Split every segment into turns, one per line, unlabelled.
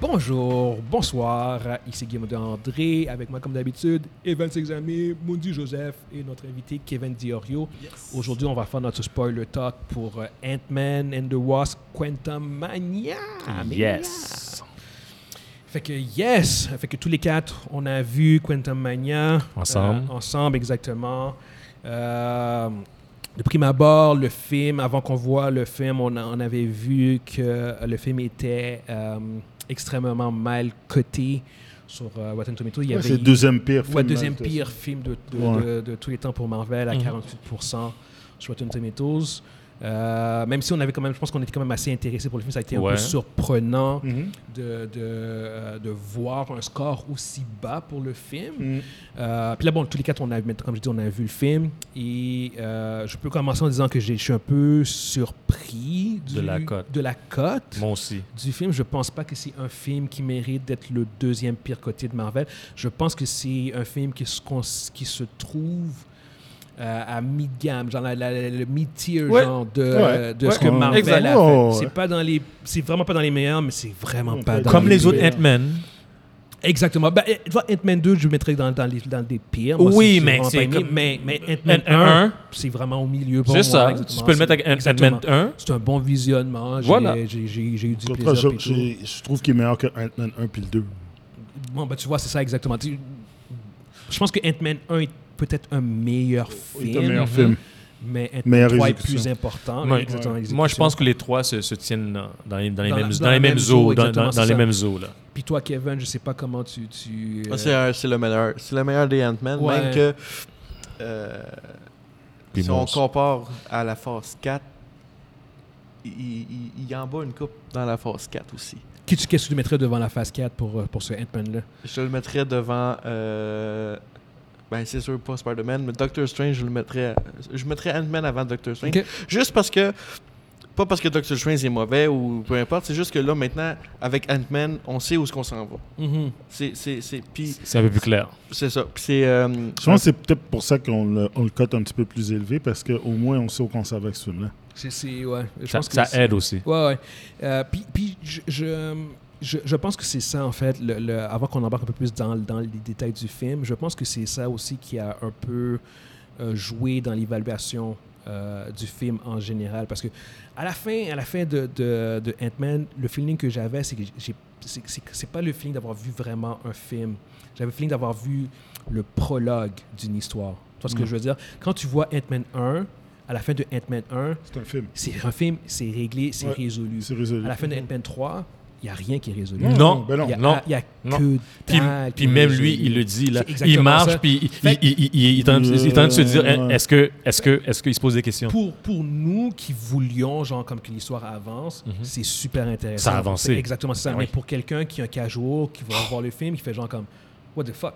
Bonjour, bonsoir, ici Guillaume André, avec moi comme d'habitude, Evan Sexamé, Mundi Joseph et notre invité Kevin Diorio. Aujourd'hui, on va faire notre spoiler talk pour euh, Ant-Man and the Wasp Quantumania.
Yes.
Fait que yes, fait que tous les quatre, on a vu Quantum Mania euh,
Ensemble.
ensemble exactement. Euh, de prime abord, le film, avant qu'on voit le film, on, a- on avait vu que le film était euh, extrêmement mal coté sur euh, Rotten Tomatoes. Il y
Ouais,
avait
c'est le deuxième pire film.
Ouais, deuxième
hein, de-
pire film de, de-
Ouais.
de- de tous les temps pour Marvel à
Mhm.
48% sur Rotten Tomatoes. Euh, même si on avait quand même, je pense qu'on était quand même assez intéressé pour le film, ça a été un peu
Ouais.
surprenant
Mhm.
de, de, euh, de voir un score aussi bas pour le film.
Mhm.
Euh, Puis là, bon, tous les quatre, on a, comme je dis, on a vu le film. Et euh, je peux commencer en disant que j'ai- je suis un peu surpris du-
De la cote.
de la cote
Moi aussi.
du film. Je pense pas que c'est un film qui mérite d'être le deuxième pire côté de Marvel. Je pense que c'est un film qui se, cons- qui se trouve euh, à mid-gamme, genre la- la- la- le mid-tier
Ouais.
genre de,
Ouais.
de ce
Ouais.
que Marvel
Exact.
a
Oh,
fait.
ouais.
C'est pas dans les, c'est vraiment pas dans les meilleurs, mais c'est vraiment
On
pas
peut-
dans
Comme les
les
autres
deux.
Ant-Man.
Exactement. Ben, eh, tu vois, Ant-Man 2, je le mettrais dans, dans, les, dans les pires. Moi,
Oui,
j'ai
mais
vraiment
c'est
pas aimé.
comme-
mais, mais Ant-Man 1,
Ant-Man
c'est vraiment au milieu pour
C'est
moi,
ça. Tu
exactement.
peux le mettre avec
C'est-
Ant-Man
exactement.
1.
C'est un bon visionnement. J'ai
Voilà.
j'ai- j'ai- j'ai eu du
Au
plaisir.
contraire,
puis
je,
tout.
je- je trouve qu'il est meilleur que Ant-Man 1 puis le 2.
Bon, ben, tu vois, c'est ça exactement. Tu- Je pense que Ant-Man 1 est peut-être un meilleur film, Mhm.
C'est un meilleur film.
mais Ant-Man
Meilleure
3 est
exécution.
plus important.
Ouais.
Exactement,
Moi, je
exécution.
pense que les trois se, se tiennent dans, dans les, dans les
Dans la-
mêmes,
dans
dans
la
les
même
mêmes
eaux,
eaux. Dans,
exactement,
dans-
c'est
dans les
ça.
mêmes eaux, là.
Puis toi, Kevin, je sais pas comment tu... tu euh,
Ah, C'est un- c'est le meilleur. C'est le meilleur des Ant-Man.
Ouais.
Même que. euh,
Puis
si
moi
on
aussi.
compare à la phase 4, il, il, il en bat une coupe dans la phase 4 aussi.
qui tu- Qu'est-ce que tu mettrais devant la phase 4 pour, euh, pour ce Ant-Man-là?
Je le mettrais devant. euh, ben, c'est sûr, pas Spider-Man, mais Doctor Strange, je le mettrais. Je mettrais Ant-Man avant Doctor Strange.
Ok.
Juste parce que. Pas parce que Doctor Strange est mauvais ou peu importe, c'est juste que là, maintenant, avec Ant-Man, on sait où est-ce qu'on s'en va.
Mhm.
C'est. c'est- c'est- Puis,
C'est un peu plus clair.
c'est ça. Puis, c'est. euh,
Je pense que c'est peut-être pour ça qu'on le, on le cote un petit peu plus élevé, parce qu'au moins, on sait où qu'on s'en va avec ce film-là.
C'est- C'est... Ouais. Je
Ça,
pense que
ça
c'est-
aide aussi.
Ouais, ouais. Euh, puis puis je, je, je, je pense que c'est ça, en fait, le, le- avant qu'on embarque un peu plus dans, dans les détails du film, je pense que c'est ça aussi qui a un peu euh, joué dans l'évaluation euh, du film en général. Parce que à la fin, à la fin de, de, de Ant-Man, le feeling que j'avais, c'est que j'ai- c'est- c'est c'est pas le feeling d'avoir vu vraiment un film. J'avais le feeling d'avoir vu le prologue d'une histoire. Tu vois ce que je veux dire? Quand tu vois Ant-Man 1, à la fin de Ant-Man 1,
C'est un film.
c'est un film, c'est réglé, c'est
Ouais,
résolu.
C'est résolu.
À la fin de Ant-Man 3, il n'y a rien qui est résolu.
Non,
ben non.
Il y a,
non,
il y a
non.
que
Puis,
dalle qui
puis
est
même lui,
résolu.
il le dit, là.
ah, C'est exactement
Il marche,
ça.
puis il,
Fait que-
il- il- il- il est en il est en train de se dire
Euh,
est-ce que, est-ce que, est-ce qu'il se pose des questions
Pour, pour nous qui voulions, genre, comme que l'histoire avance, c'est super intéressant.
Mhm. Ça a avancé.
C'est Exactement ça.
Ah
Mais
oui.
pour quelqu'un qui est un casual, qui va voir le film, qui fait genre comme, what the fuck?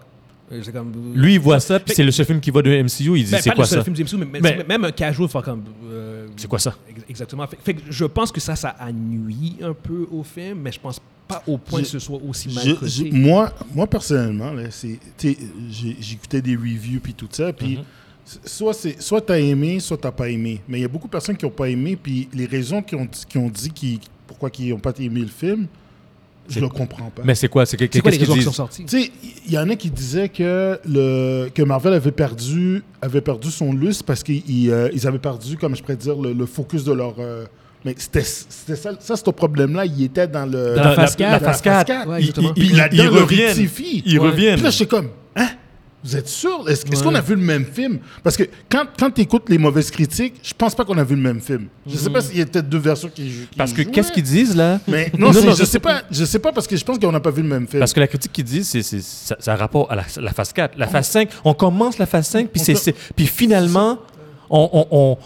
Euh, C'est comme.
Lui, il voit ça,
Fait-
puis c'est le seul film qu'il voit de MCU. Il dit
Ben,
c'est
pas
quoi
le seul
ça
film du MCU, mais,
Mais-
même un casual, fait comme. euh,
C'est quoi ça
ex- Exactement. Fait, fait que je pense que ça, ça a nuit un peu au film, mais je pense pas au point
Je-
que ce soit aussi mal
Je-
coté.
je- moi, moi, personnellement, là, c'est, tu sais, j'ai- j'écoutais des reviews puis tout ça, puis
Mhm.
c'est- soit c'est, soit t'as aimé, soit t'as pas aimé. Mais il y a beaucoup de personnes qui ont pas aimé, puis les raisons qui ont, dit- qui ont dit qui, pourquoi ils ont pas aimé le film, je
C'est-
le comprends pas.
Mais c'est quoi C'est que-
C'est quoi les
qu'est-ce
raisons
qu'ils
qui sont
disent
sorties?
Tu sais, il y en a qui disaient que, le, que Marvel avait perdu, avait perdu son lustre parce qu'ils ils, euh, ils avaient perdu, comme je pourrais dire, le, le focus de leur. euh, mais c'était, c'était ça, ça, ce problème-là, il était dans le.
Dans la phase
la-
4.
la phase
dans
4.
la phase 4.
Ouais,
Il-
justement.
il-
Ils-
il- là-dedans,
ils
le
reviennent.
rectifie.
Ils
Ouais.
reviennent.
Puis là, j'étais comme, hein? Vous êtes sûr? Est-ce est-ce
Ouais.
qu'on a vu le même film? Parce que quand, quand tu écoutes les mauvaises critiques, je pense pas qu'on a vu le même film. Je sais pas s'il y a peut-être deux versions qui, qui
Parce que
jouaient.
qu'est-ce
hein?
qu'ils disent là
Mais non, c'est- je
je-
sais pas. Je sais pas parce que je pense qu'on n'a pas vu le même film.
Parce que la critique qu'ils disent, c'est, c'est- ça, ça a rapport à la, la phase 4. La phase 5, on commence la phase 5, puis,
On
c'est,
peut-
c'est- puis finalement, on, on- on-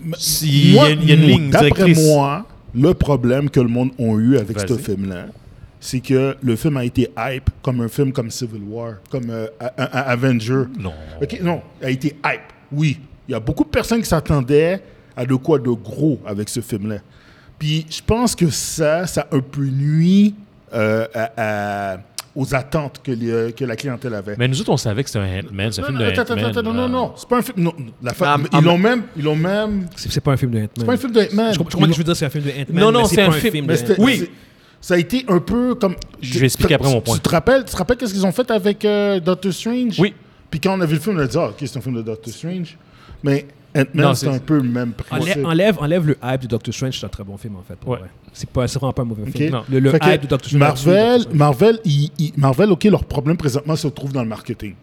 Mais-
s'il y a- il y a une
moi,
ligne
D'après
directrice.
moi, le problème que le monde a eu avec ce
Vas-y.
film-là, c'est que le film a été hype comme un film comme Civil War, comme euh, A- A- A- Avenger.
Non.
OK, non, a été hype. Oui, il y a beaucoup de personnes qui s'attendaient à de quoi de gros avec ce film-là. Puis je pense que ça, ça un peu nuit euh, à- à- aux attentes que, les- que la clientèle avait.
Mais nous autres, on savait que c'était un Ant-Man, c'est un
non,
film
non,
de
attends,
Ant-Man,
attends, attends, non, non,
là.
non, c'est pas un film. non, la fa-
Ah,
mais
ah,
ils l'ont même, ils l'ont même.
C'est c'est pas un film de Ant-Man.
C'est pas un film de Ant-Man.
Je comprends je comprends que tu veux dire c'est un film de Ant-Man.
Non, non,
mais
c'est
pas
un film-
de
Mais c'était-
Ant-Man.
Oui.
c'est- Ça a été un peu comme.
Je
tu-
vais expliquer
tu-
après mon point.
Tu te rappelles, tu te rappelles qu'est-ce qu'ils ont fait avec euh, Doctor Strange
Oui.
Puis quand on a vu le film, on a dit Ah, ok, c'est un film de Doctor Strange. Mais
Non,
Ant-Man, c'est
c'est-
un peu le même principe.
Enlève, enlève, enlève le hype de Doctor Strange, c'est un très bon film en fait. pour
Ouais.
vrai. C'est pas, c'est vraiment pas un mauvais
Ok.
film. Le, le
Fait que
hype de Doctor Strange.
Marvel,
Doctor Strange.
Marvel, ils- ils- Marvel, ok, leur problème présentement se trouve dans le marketing.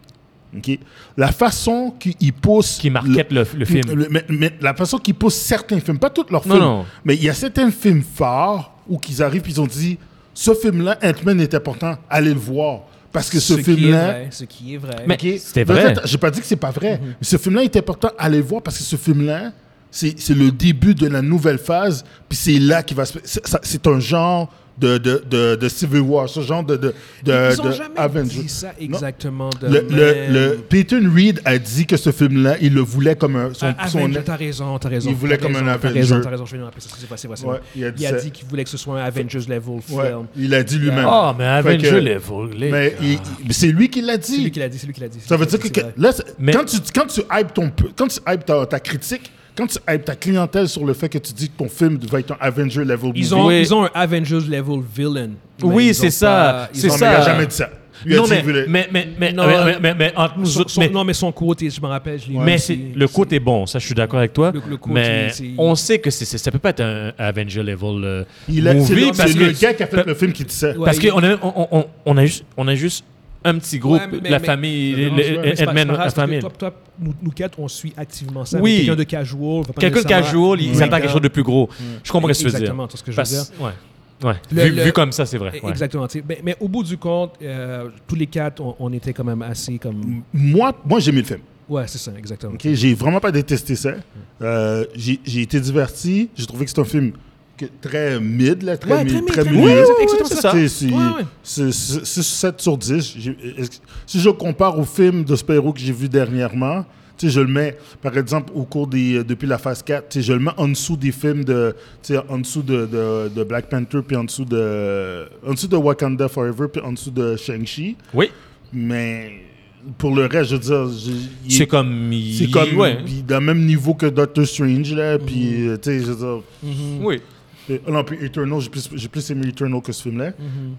Ok, la façon qu'ils poussent,
Qui markette le, le film.
le- mais, mais la façon qu'ils poussent certains films, pas tous leurs
Non,
films,
non.
mais il y a certains films phares où qu'ils arrivent, puis ils ont dit, ce film-là, Ant-Man est important, allez le voir, parce que ce,
qui est
film-là,
vrai, Mhm. Ce qui est vrai.
Mais-
Ok.
C'était
Non,
vrai.
attends, J'ai pas dit que c'est pas vrai. Mais ce film-là est important à aller voir parce que ce film-là, c'est c'est le début de la nouvelle phase. Puis c'est là qu'il va se. c'est- ça- C'est un genre de, de, de, de Civil War, ce genre de, de, de,
Ils ont
de
jamais
Avengers.
dit ça
Non.
exactement de
Le, le,
même.
le- Peyton Reed a dit que ce film-là, il le voulait comme un, son,
Ah,
son-
Avenger, t'as raison, t'as raison.
Il voulait
t'as
comme
raison,
un
T'as raison,
Avenger.
t'as raison, je vais me rappeler, c'est vrai, c'est vrai, c'est
Ouais,
vrai.
il a dit
Il a
ça.
dit qu'il voulait que ce soit un Avengers level
Ouais,
film.
il a dit lui-même.
Ah, mais
Fait que-
Avenger Level. les
Mais
gars.
il- il- c'est lui qui l'a
C'est lui
dit.
qui l'a dit, c'est lui qui l'a dit. c'est
Ça
lui
veut
qui l'a
dire
dit,
que, que-
c'est vrai.
là, c'est-
Mais-
quand, tu, quand tu hypes, ton, peu- quand tu hypes ta, ta critique, quand tu hypes ta clientèle sur le fait que tu dis que ton film va être un Avenger level movie,
Ils ont,
Oui.
ils ont un Avengers level villain. mais
Oui,
ils ont
c'est
pas-
ça,
ils
c'est
ont-
non,
ça.
mais il a jamais dit ça. Il a
non,
dit
mais,
qu'il voulait-
mais, mais, mais,
Non,
mais-
euh,
mais- mais- mais entre nous
son-
autres,
son-
mais,
Non, mais son quote, je me rappelle, je l'ai
mais
lu,
c'est-
c'est-
le côté est bon, ça je suis d'accord avec toi.
Le- le côté,
mais
c'est-
on sait que c'est- c'est- ça peut pas être un Avenger level euh,
Il a- c'est
movie
le,
parce
c'est le
que-
gars qui a fait le film qui dit ça.
Ouais,
parce
il-
qu'on a, on, on- on a juste, on a juste un petit groupe,
Ouais, mais-
la
mais-
famille,
mais-
le-
mais- mais-
Mais c'est pas- c'est pas
Ant-Man,
grave,
la
parce que
famille.
Toi, toi, nous, nous quatre, on suit activement ça.
Oui.
mais Quelqu'un de casual. va pas
Quelqu'un de
nécessairement-
casual, il
Oui.
s'attend à quelque chose de plus gros. Je comprends ce que tu veux dire.
Mm. Exactement, c'est ce que je veux dire.
Parce- ouais. Ouais.
Le-
vu,
le-
vu comme ça, c'est vrai. ouais.
E- Exactement. tu sais. Mais, mais au bout du compte, euh, tous les quatre, on, on était quand même assez
Mm.
comme.
Moi, moi j'ai aimé le film.
Ouais, c'est ça, exactement.
ok? J'ai vraiment pas détesté ça. Euh, j'ai j'ai été diverti. J'ai trouvé que c'est un film que- très mid, là, très,
Ouais,
mi-
très mid,
très
très
milieu.
mid,
c'est exactement ça.
C'est- c'est-
Ouais, ouais.
c'est- c'est- c'est 7 sur 10. J'ai- est-ce que- Si je compare au film de Spyro que j'ai vu dernièrement, tu sais, je le mets, par exemple, au cours des, euh, depuis la phase 4, tu sais, je le mets en dessous des films de, tu sais, en dessous de, de- de Black Panther, puis en dessous de, en dessous de Wakanda Forever, puis en dessous de Shang-Chi.
Oui.
Mais pour le reste, je veux dire, je- il est-
C'est comme. il-
c'est comme
ouais.
puis dans le même niveau que Doctor Strange là puis euh, tu sais je veux dire
Mm.
Oui.
euh, oh non puis Eternal j'ai plus j'ai plus aimé Eternal que ce film là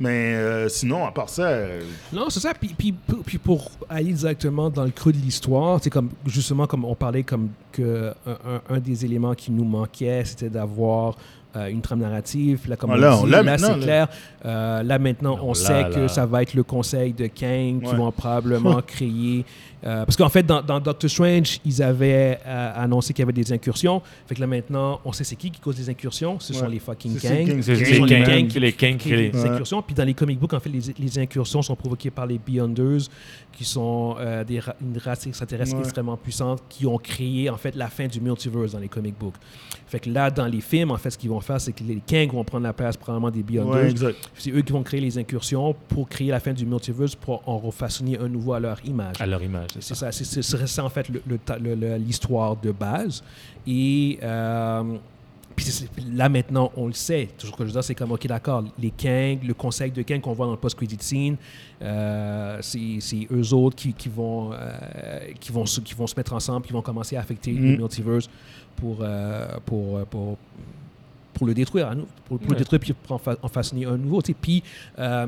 mais euh, sinon à part ça euh,
Non, c'est ça. Puis, puis, pour- puis pour aller directement dans le creux de l'histoire, c'est comme justement comme on parlait comme que un, un- un des éléments qui nous manquait, c'était d'avoir euh, une trame narrative. Là, comme
Ah, là,
on
on
dit,
l'a
là,
maintenant,
c'est
là.
clair. Euh, là maintenant,
Non,
on
là,
sait que
là.
ça va être le conseil de Kang qui
Ouais.
vont probablement créer. euh, parce qu'en fait, dans, dans Doctor Strange, ils avaient euh, annoncé qu'il y avait des incursions. Fait que là maintenant, on sait c'est qui qui cause des incursions. Ce sont
Ouais.
les fucking
C'est-
Kang.
c'est Kang.
C'est
Kang,
les
Kang,
kinks, les kinks,
qui crée
les.
des incursions. Puis dans les comic books, en fait, les, les incursions sont provoquées par les Beyonders, qui sont euh, des ra- une race extraterrestre
Ouais.
extrêmement puissante, qui ont créé en fait la fin du multiverse dans les comic books. Fait que là, dans les films, en fait, ce qu'ils vont faire, c'est que les Kang vont prendre la place probablement des Beyonders.
ouais, exact
c'est eux qui vont créer les incursions pour créer la fin du multiverse pour en refaçonner un nouveau à leur image.
À leur image. c'est
C'est ça,
ça.
c'est- ce serait ça en fait le- le ta- le- le- l'histoire de base. Et euh, puis c'est- là maintenant, on le sait. Toujours que je veux dire, c'est comme, ok, d'accord, les Kang, le conseil de Kang qu'on voit dans le post-credit scene, euh, c'est c'est eux autres qui, qui vont, euh, qui, vont se, qui vont se mettre ensemble, qui vont commencer à affecter
Mm-hmm.
le
Mm.
multiverse pour, euh, pour, euh, pour, pour le détruire, à nou- pour, pour le
Ouais.
détruire puis pour en, fa- en façonner un nouveau. tu sais. Puis euh,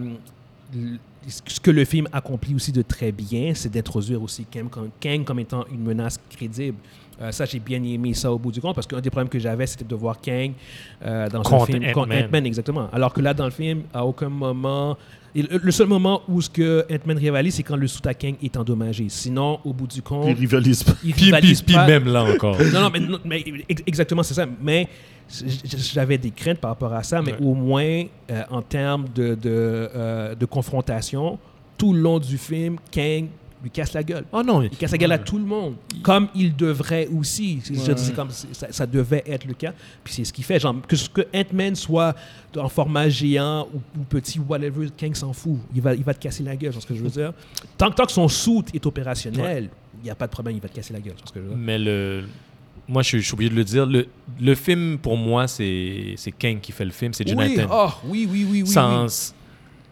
l- ce que le film accomplit aussi de très bien, c'est d'introduire aussi Kang comme, Kang comme étant une menace crédible. Euh, ça, j'ai bien aimé ça au bout du compte, parce qu'un des problèmes que j'avais, c'était de voir Kang euh, dans un
Contre
film contre
Ant-Man.
Ant-Man, exactement. Alors que là, dans le film, à aucun moment... et le, le seul moment où ce que Ant-Man rivalise, c'est quand le sous à Kang est endommagé. Sinon, au bout du
ils
compte,
rivalisent pas
il
Puis, puis,
rivalise
puis
pas.
même là encore.
Non, non, mais, non, mais ex- exactement, c'est ça. Mais j- j- j'avais des craintes par rapport à ça, mais
Ouais.
au moins, euh, en termes de, de, euh, de confrontation, tout le long du film, Kang lui casse la gueule.
Oh non.
Il casse la gueule à tout le monde, comme il devrait aussi. C'est- je veux dire, c'est comme c'est- ça, ça devait être le cas. Puis c'est ce qu'il fait. Genre, que ce que Ant-Man soit en format géant ou, ou petit, whatever, Kang s'en fout. Il va, il va te casser la gueule, c'est ce que je veux dire. Tant, que- tant que son suit est opérationnel, il n'y a pas de problème, il va te casser la gueule, c'est ce que je veux dire.
Mais le. Moi, je je suis obligé de le dire. Le, le film, pour moi, c'est c'est Kang qui fait le film, c'est Jonathan.
Ah, Oui, oh, oui, oui, oui, oui.
Sans.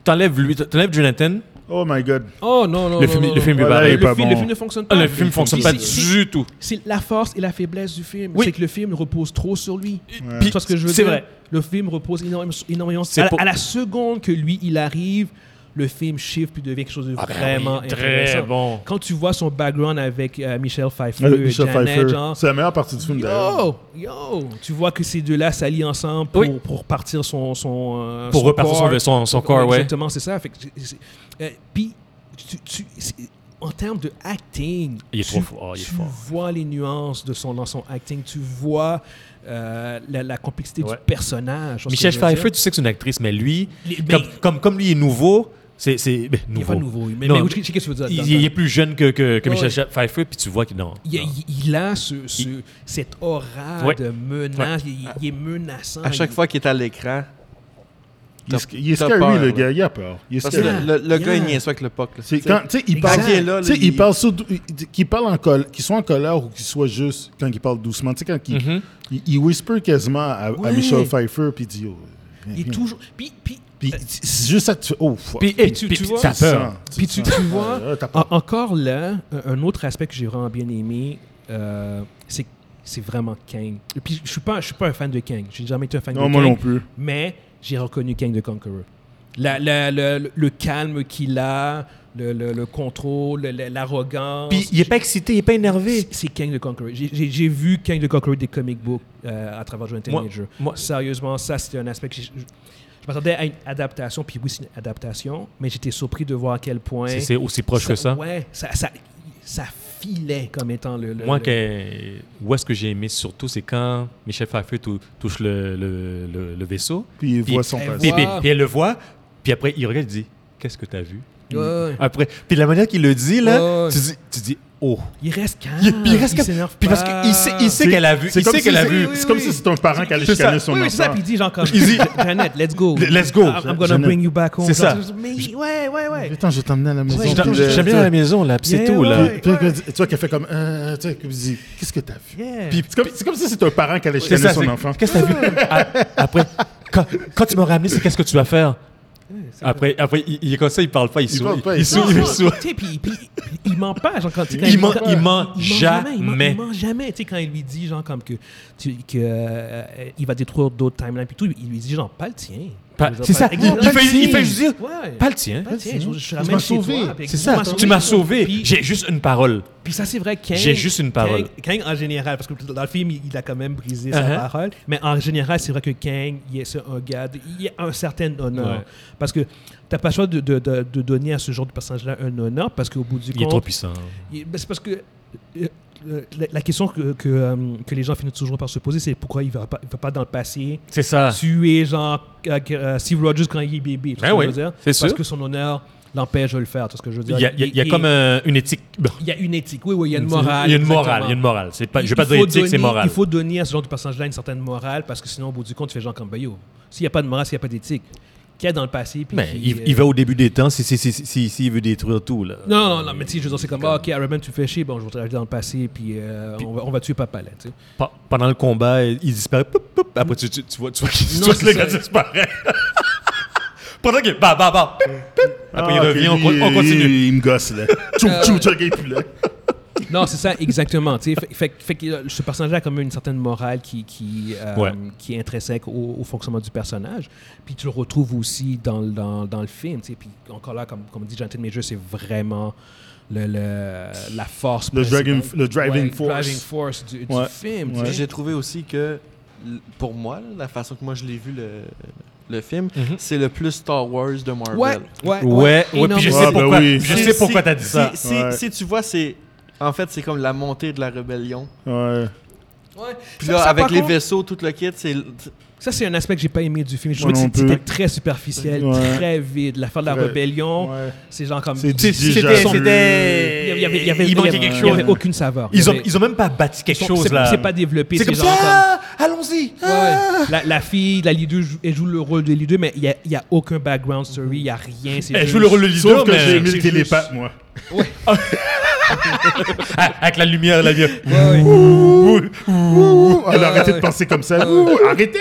T'enlèves lui, t'enlèves Jonathan,
Oh my God.
Oh non, non.
Le
non,
film-
non,
le film
non. Ah, le,
est bavard.
il est pas
film-
bon.
le film ne fonctionne pas.
Ah, le film ne fonctionne pas
C'est- c'est-
du tout.
C'est la force et la faiblesse du film.
Oui.
C'est que le film repose trop sur lui.
Ouais.
Tu vois ce que je veux
C'est
dire?
vrai.
Le film repose énormément, sur- énormément
C'est
à, la-
pour-
à la seconde que lui, il arrive, le film chiffre puis devient quelque chose de
ben
vraiment
oui,
intéressant.
très bon.
Quand tu vois son background avec euh, Michel Pfeiffer,
Euh,
Michel
Michel Pfeiffer. C'est la meilleure partie du film, d'ailleurs.
Yo, yo, tu vois que ces deux-là s'allient ensemble pour,
Oui.
pour partir son, son euh,
Pour
son
repartir
corps.
son, son, son corps, ouais.
Exactement, c'est ça. Fait que c'est- c'est- euh, Puis, tu- tu- c'est- en termes de acting,
Il est
tu,
trop fort, oh, il est
tu
fort.
vois les nuances de son, dans son acting, tu vois euh, la, la complexité
Ouais.
du personnage. tu vois ce
Michel
que je veux dire?
Pfeiffer, tu sais que c'est une actrice, mais lui,
Les- mais-
comme, comme, comme lui est nouveau, c'est. c'est- ben,
il n'est
nouveau.
pas nouveau. Mais,
Non,
mais,
mais-
je sais qu'est-ce que tu veux dire.
Il,
dans-
il est plus jeune que, que, que
Ouais.
Michel Pfeiffer, puis tu vois qu'il non.
Il,
non.
il- il a ce, ce- cette aura
Ouais.
de menace. Il, il est menaçant.
À chaque
Ah, il-
fois qu'il est à l'écran,
Il est- Il est
T'as
scary,
peur,
le
là.
gars. Il a peur. Il est
parce que
scary.
Yeah.
le, le- le gars,
Yeah.
il niaise avec le puck. là.
C'est
Tu sais,
quand, tu sais, il
Exact.
parle,
Quand il est là,
tu sais,
là,
il...
il-
parle surtout- qu'il parle en colère, qu'il soit en colère ou qu'il soit juste quand il parle doucement, tu sais, quand il,
Mm-hmm.
il, il whisper quasiment à, à
Ouais.
Michel Pfeiffer, puis il dit, oh, viens,
Il est
viens.
toujours. Puis, puis,
Puis c'est juste ça que tu fais, oh, fuck.
Puis,
Puis
et,
tu-
tu,
tu vois-
vois, ça
Tu sens,
peur.
Puis tu,
sens.
tu vois,
Ah, t'as
en-
peur.
encore là, un- un autre aspect que j'ai vraiment bien aimé, euh, c'est c'est vraiment Kang. Et puis je suis pas, je suis pas un fan de Kang. J'ai jamais été un fan de
non,
Kang.
moi non plus.
Mais j'ai reconnu Kang de Conqueror. La- la- le- le- le calme qu'il a, le, le- le contrôle, le- le- l'arrogance.
Puis il est pas excité, il est pas énervé.
C'est Kang the Conqueror. J'ai- J'ai j'ai vu Kang the Conqueror des comic books euh, à travers Jonathan
Moi-
Major.
moi-
Sérieusement, ça, c'était un aspect que j'ai- je, je m'attendais à une adaptation, puis oui, c'est une adaptation, mais j'étais surpris de voir à quel point...
C'est- C'est aussi proche que ça.
Ouais, ça, ça, ça filait comme étant le... le-
Moi,
le-
que, où est-ce que j'ai aimé surtout, c'est quand Michel Pfeiffer tou- touche le, le, le- le vaisseau.
Puis il voit
puis-
son
elle
passé.
Puis,
voit-
puis- puis elle le voit, puis après, il regarde, il dit Qu'est-ce que t'as vu
Ouais, ouais.
Après, puis la manière qu'il le dit, là,
Ouais.
tu dis, tu dis Oh.
Il reste calme,
Il- puis il
Ah, il,
reste comme-
s'énerve
puis parce
pas.
qu'il sait, il sait
C'est-
qu'elle a vu.
c'est
Il
comme
sait
si
qu'elle a
c'est-
vu.
oui, C'est comme si c'était un parent qui allait
C'est ça.
chicaner son
Oui, oui, c'est ça,
enfant.
puis il dit genre comme...
Il dit-
Janet, let's go.
Let's go.
I'm, I'm gonna
Janet.
bring you back home.
C'est ça.
Genre, Mais, ouais, ouais, ouais.
Attends, je vais t'emmener à la maison.
Ouais,
Je
Ils
puis
ont-
t'aime-
le-
euh, J'aime bien à la maison, là, puis c'est
Yeah,
tout, là.
ouais.
Puis- puis- puis- Tu vois qu'elle fait comme, euh, tu sais, puis il dit, qu'est-ce que t'as vu?
Yeah.
Puis c'est comme- c'est comme si c'était un parent qui allait
C'est
chicaner
ça,
son
c'est-
enfant.
Qu'est-ce que t'as vu A- Après, quand, quand tu m'as ramené, c'est qu'est-ce que tu vas faire Après, après il, il est comme ça, il parle pas, il,
Il
sourit.
parle pas,
il
il
sourit, il sourit.
Tu sais, puis- puis- il ment pas, genre, quand tu- quand
Il ment-
quand-
il ment
Il ment,
jamais.
il ment jamais. Tu sais, quand il lui dit, genre, comme que, tu- que euh, il va détruire d'autres timelines, puis tout, il lui dit, genre, pas le tien.
Pas-
Je veux
c'est
dire,
ça.
pas-
Il fait-
le
il fait
tien.
juste dire,
Ouais.
Pas le tien.
Pas le tien. Je, je te
Tu
ramène
m'as
chez
sauvé.
toi, puis-
C'est ça, tu m'as sauvé.
Puis-
J'ai juste une parole.
Puis ça, c'est vrai, Kang.
J'ai juste une parole.
Kang, Kang, en général, parce que dans le film, il il a quand même brisé sa
Uh-huh.
parole. Mais en général, c'est vrai que Kang, il est c'est un gars, de- il a un certain honneur.
Ouais.
Parce que t'as pas le choix de, de- de- de donner à ce genre de personnage-là un honneur, parce qu'au bout du
Il est
compte,
trop puissant.
il- ben, c'est parce que euh, euh, la, la question que, que, euh, que les gens finissent toujours par se poser, c'est pourquoi il va pas, il va pas dans le passé
C'est ça.
tuer genre euh, que- euh, Steve Rogers quand il est bébé. tu vois
Ah.
ce
Ben
que
oui,
je veux dire?
c'est
Parce
sûr.
que son honneur l'empêche de le faire. tu vois ce que je veux dire.
Il y a, il y a- il y a
Et-
comme euh, une éthique. Bon,
il y a une éthique, oui, oui, il y a une morale.
Il y a une morale.
exactement.
Il y a une morale. C'est Pas, je
Il-
vais pas
il
dire
faut
éthique,
donner-
c'est morale.
Il faut donner à ce genre de personnage-là une certaine morale parce que sinon, au bout du compte, tu fais genre comme ben, yo, S'il n'y a pas de morale, s'il n'y a pas d'éthique, qu'il y a dans le passé. Puis
Mais
qui,
il,
euh,
il va au début des temps s'il si, si, si, si- s'il veut détruire tout. Là.
Non, non, non, mais tu sais, je veux dire, c'est comme, ah, ok, Iron Man, tu me fais chier, bon, je vais te rajouter dans le passé, puis, euh, on, va, on va tuer papa, là, tu sais.
Pa- pendant le combat, il disparaît. poup, poup. après, tu, tu, tu vois, tu vois, qu'il- tu vois que
c'est
le gars
ça.
disparaît. pendant qu'il. Bah, bah, bah. poup, poup. Après, il
Ah,
revient,
ok,
on,
lui,
on continue.
Il, il me gosse, là. Tchou,
Ah,
tchou, tchou, le gars, il est plus là.
Non, c'est ça, exactement. tu sais. Fait, fait- fait que euh, ce personnage-là a quand même une certaine morale qui, qui, euh,
Ouais.
qui est intrinsèque au, au fonctionnement du personnage. Puis tu le retrouves aussi dans, le- dans, dans le film. tu sais. Puis encore là, comme, comme dit Jonathan Major, c'est vraiment le, le- la force.
Le
principale.
driving- le driving
Ouais,
force.
driving force du, du
Ouais.
film. tu
Ouais.
sais.
J'ai trouvé aussi que, l- pour moi, là, la façon que moi je l'ai vu le, le film,
Mm-hmm.
c'est le plus Star Wars de Marvel.
Ouais, ouais, bah
Ouais, ouais, puis je
énormément.
sais
Ah, ben
pourquoi,
oui.
je
Si-
sais
si-
pourquoi t'as dit ça.
Si, si-
Ouais.
si tu vois, c'est. En fait, c'est comme la montée de la rébellion.
Ouais.
Ouais.
Puis
Ça-
là,
ça,
avec
par
les
contre,
vaisseaux, tout le kit, c'est.
Ça, c'est un aspect que j'ai pas aimé du film. Je
Moi
trouvais que
non
c'était
plus.
très superficiel,
Ouais.
très vide. L'affaire de la
Très-
rébellion,
Ouais.
c'est genre comme.
C'est
Ils
du-
sont-
C'était-
Il y avait- il y avait- il y avait-
il manquait
il y avait-
quelque
Il y avait
chose.
aucune saveur. Il y
Ils ont,
avait-
ils ont même pas bâti quelque
sont-
chose
c'est-
là.
C'est pas développé.
C'est comme ça.
genre
Ah, Allons-y. Ah.
comme- Ouais. La, la fille, la leader, joue- elle joue le rôle de leader, mais il n'y a, il y a aucun background story, il n'y a rien. c'est
Elle
juste-
joue le rôle de leader,
Sauf que j'ai
mais
aimé le
c'est
télépathe, moi.
Ah, Avec la lumière, la lumière.
Ouais, ouais.
Ouh, ouh, alors
Ah,
arrêtez
ouais.
de penser comme ça. Ouh, arrêtez!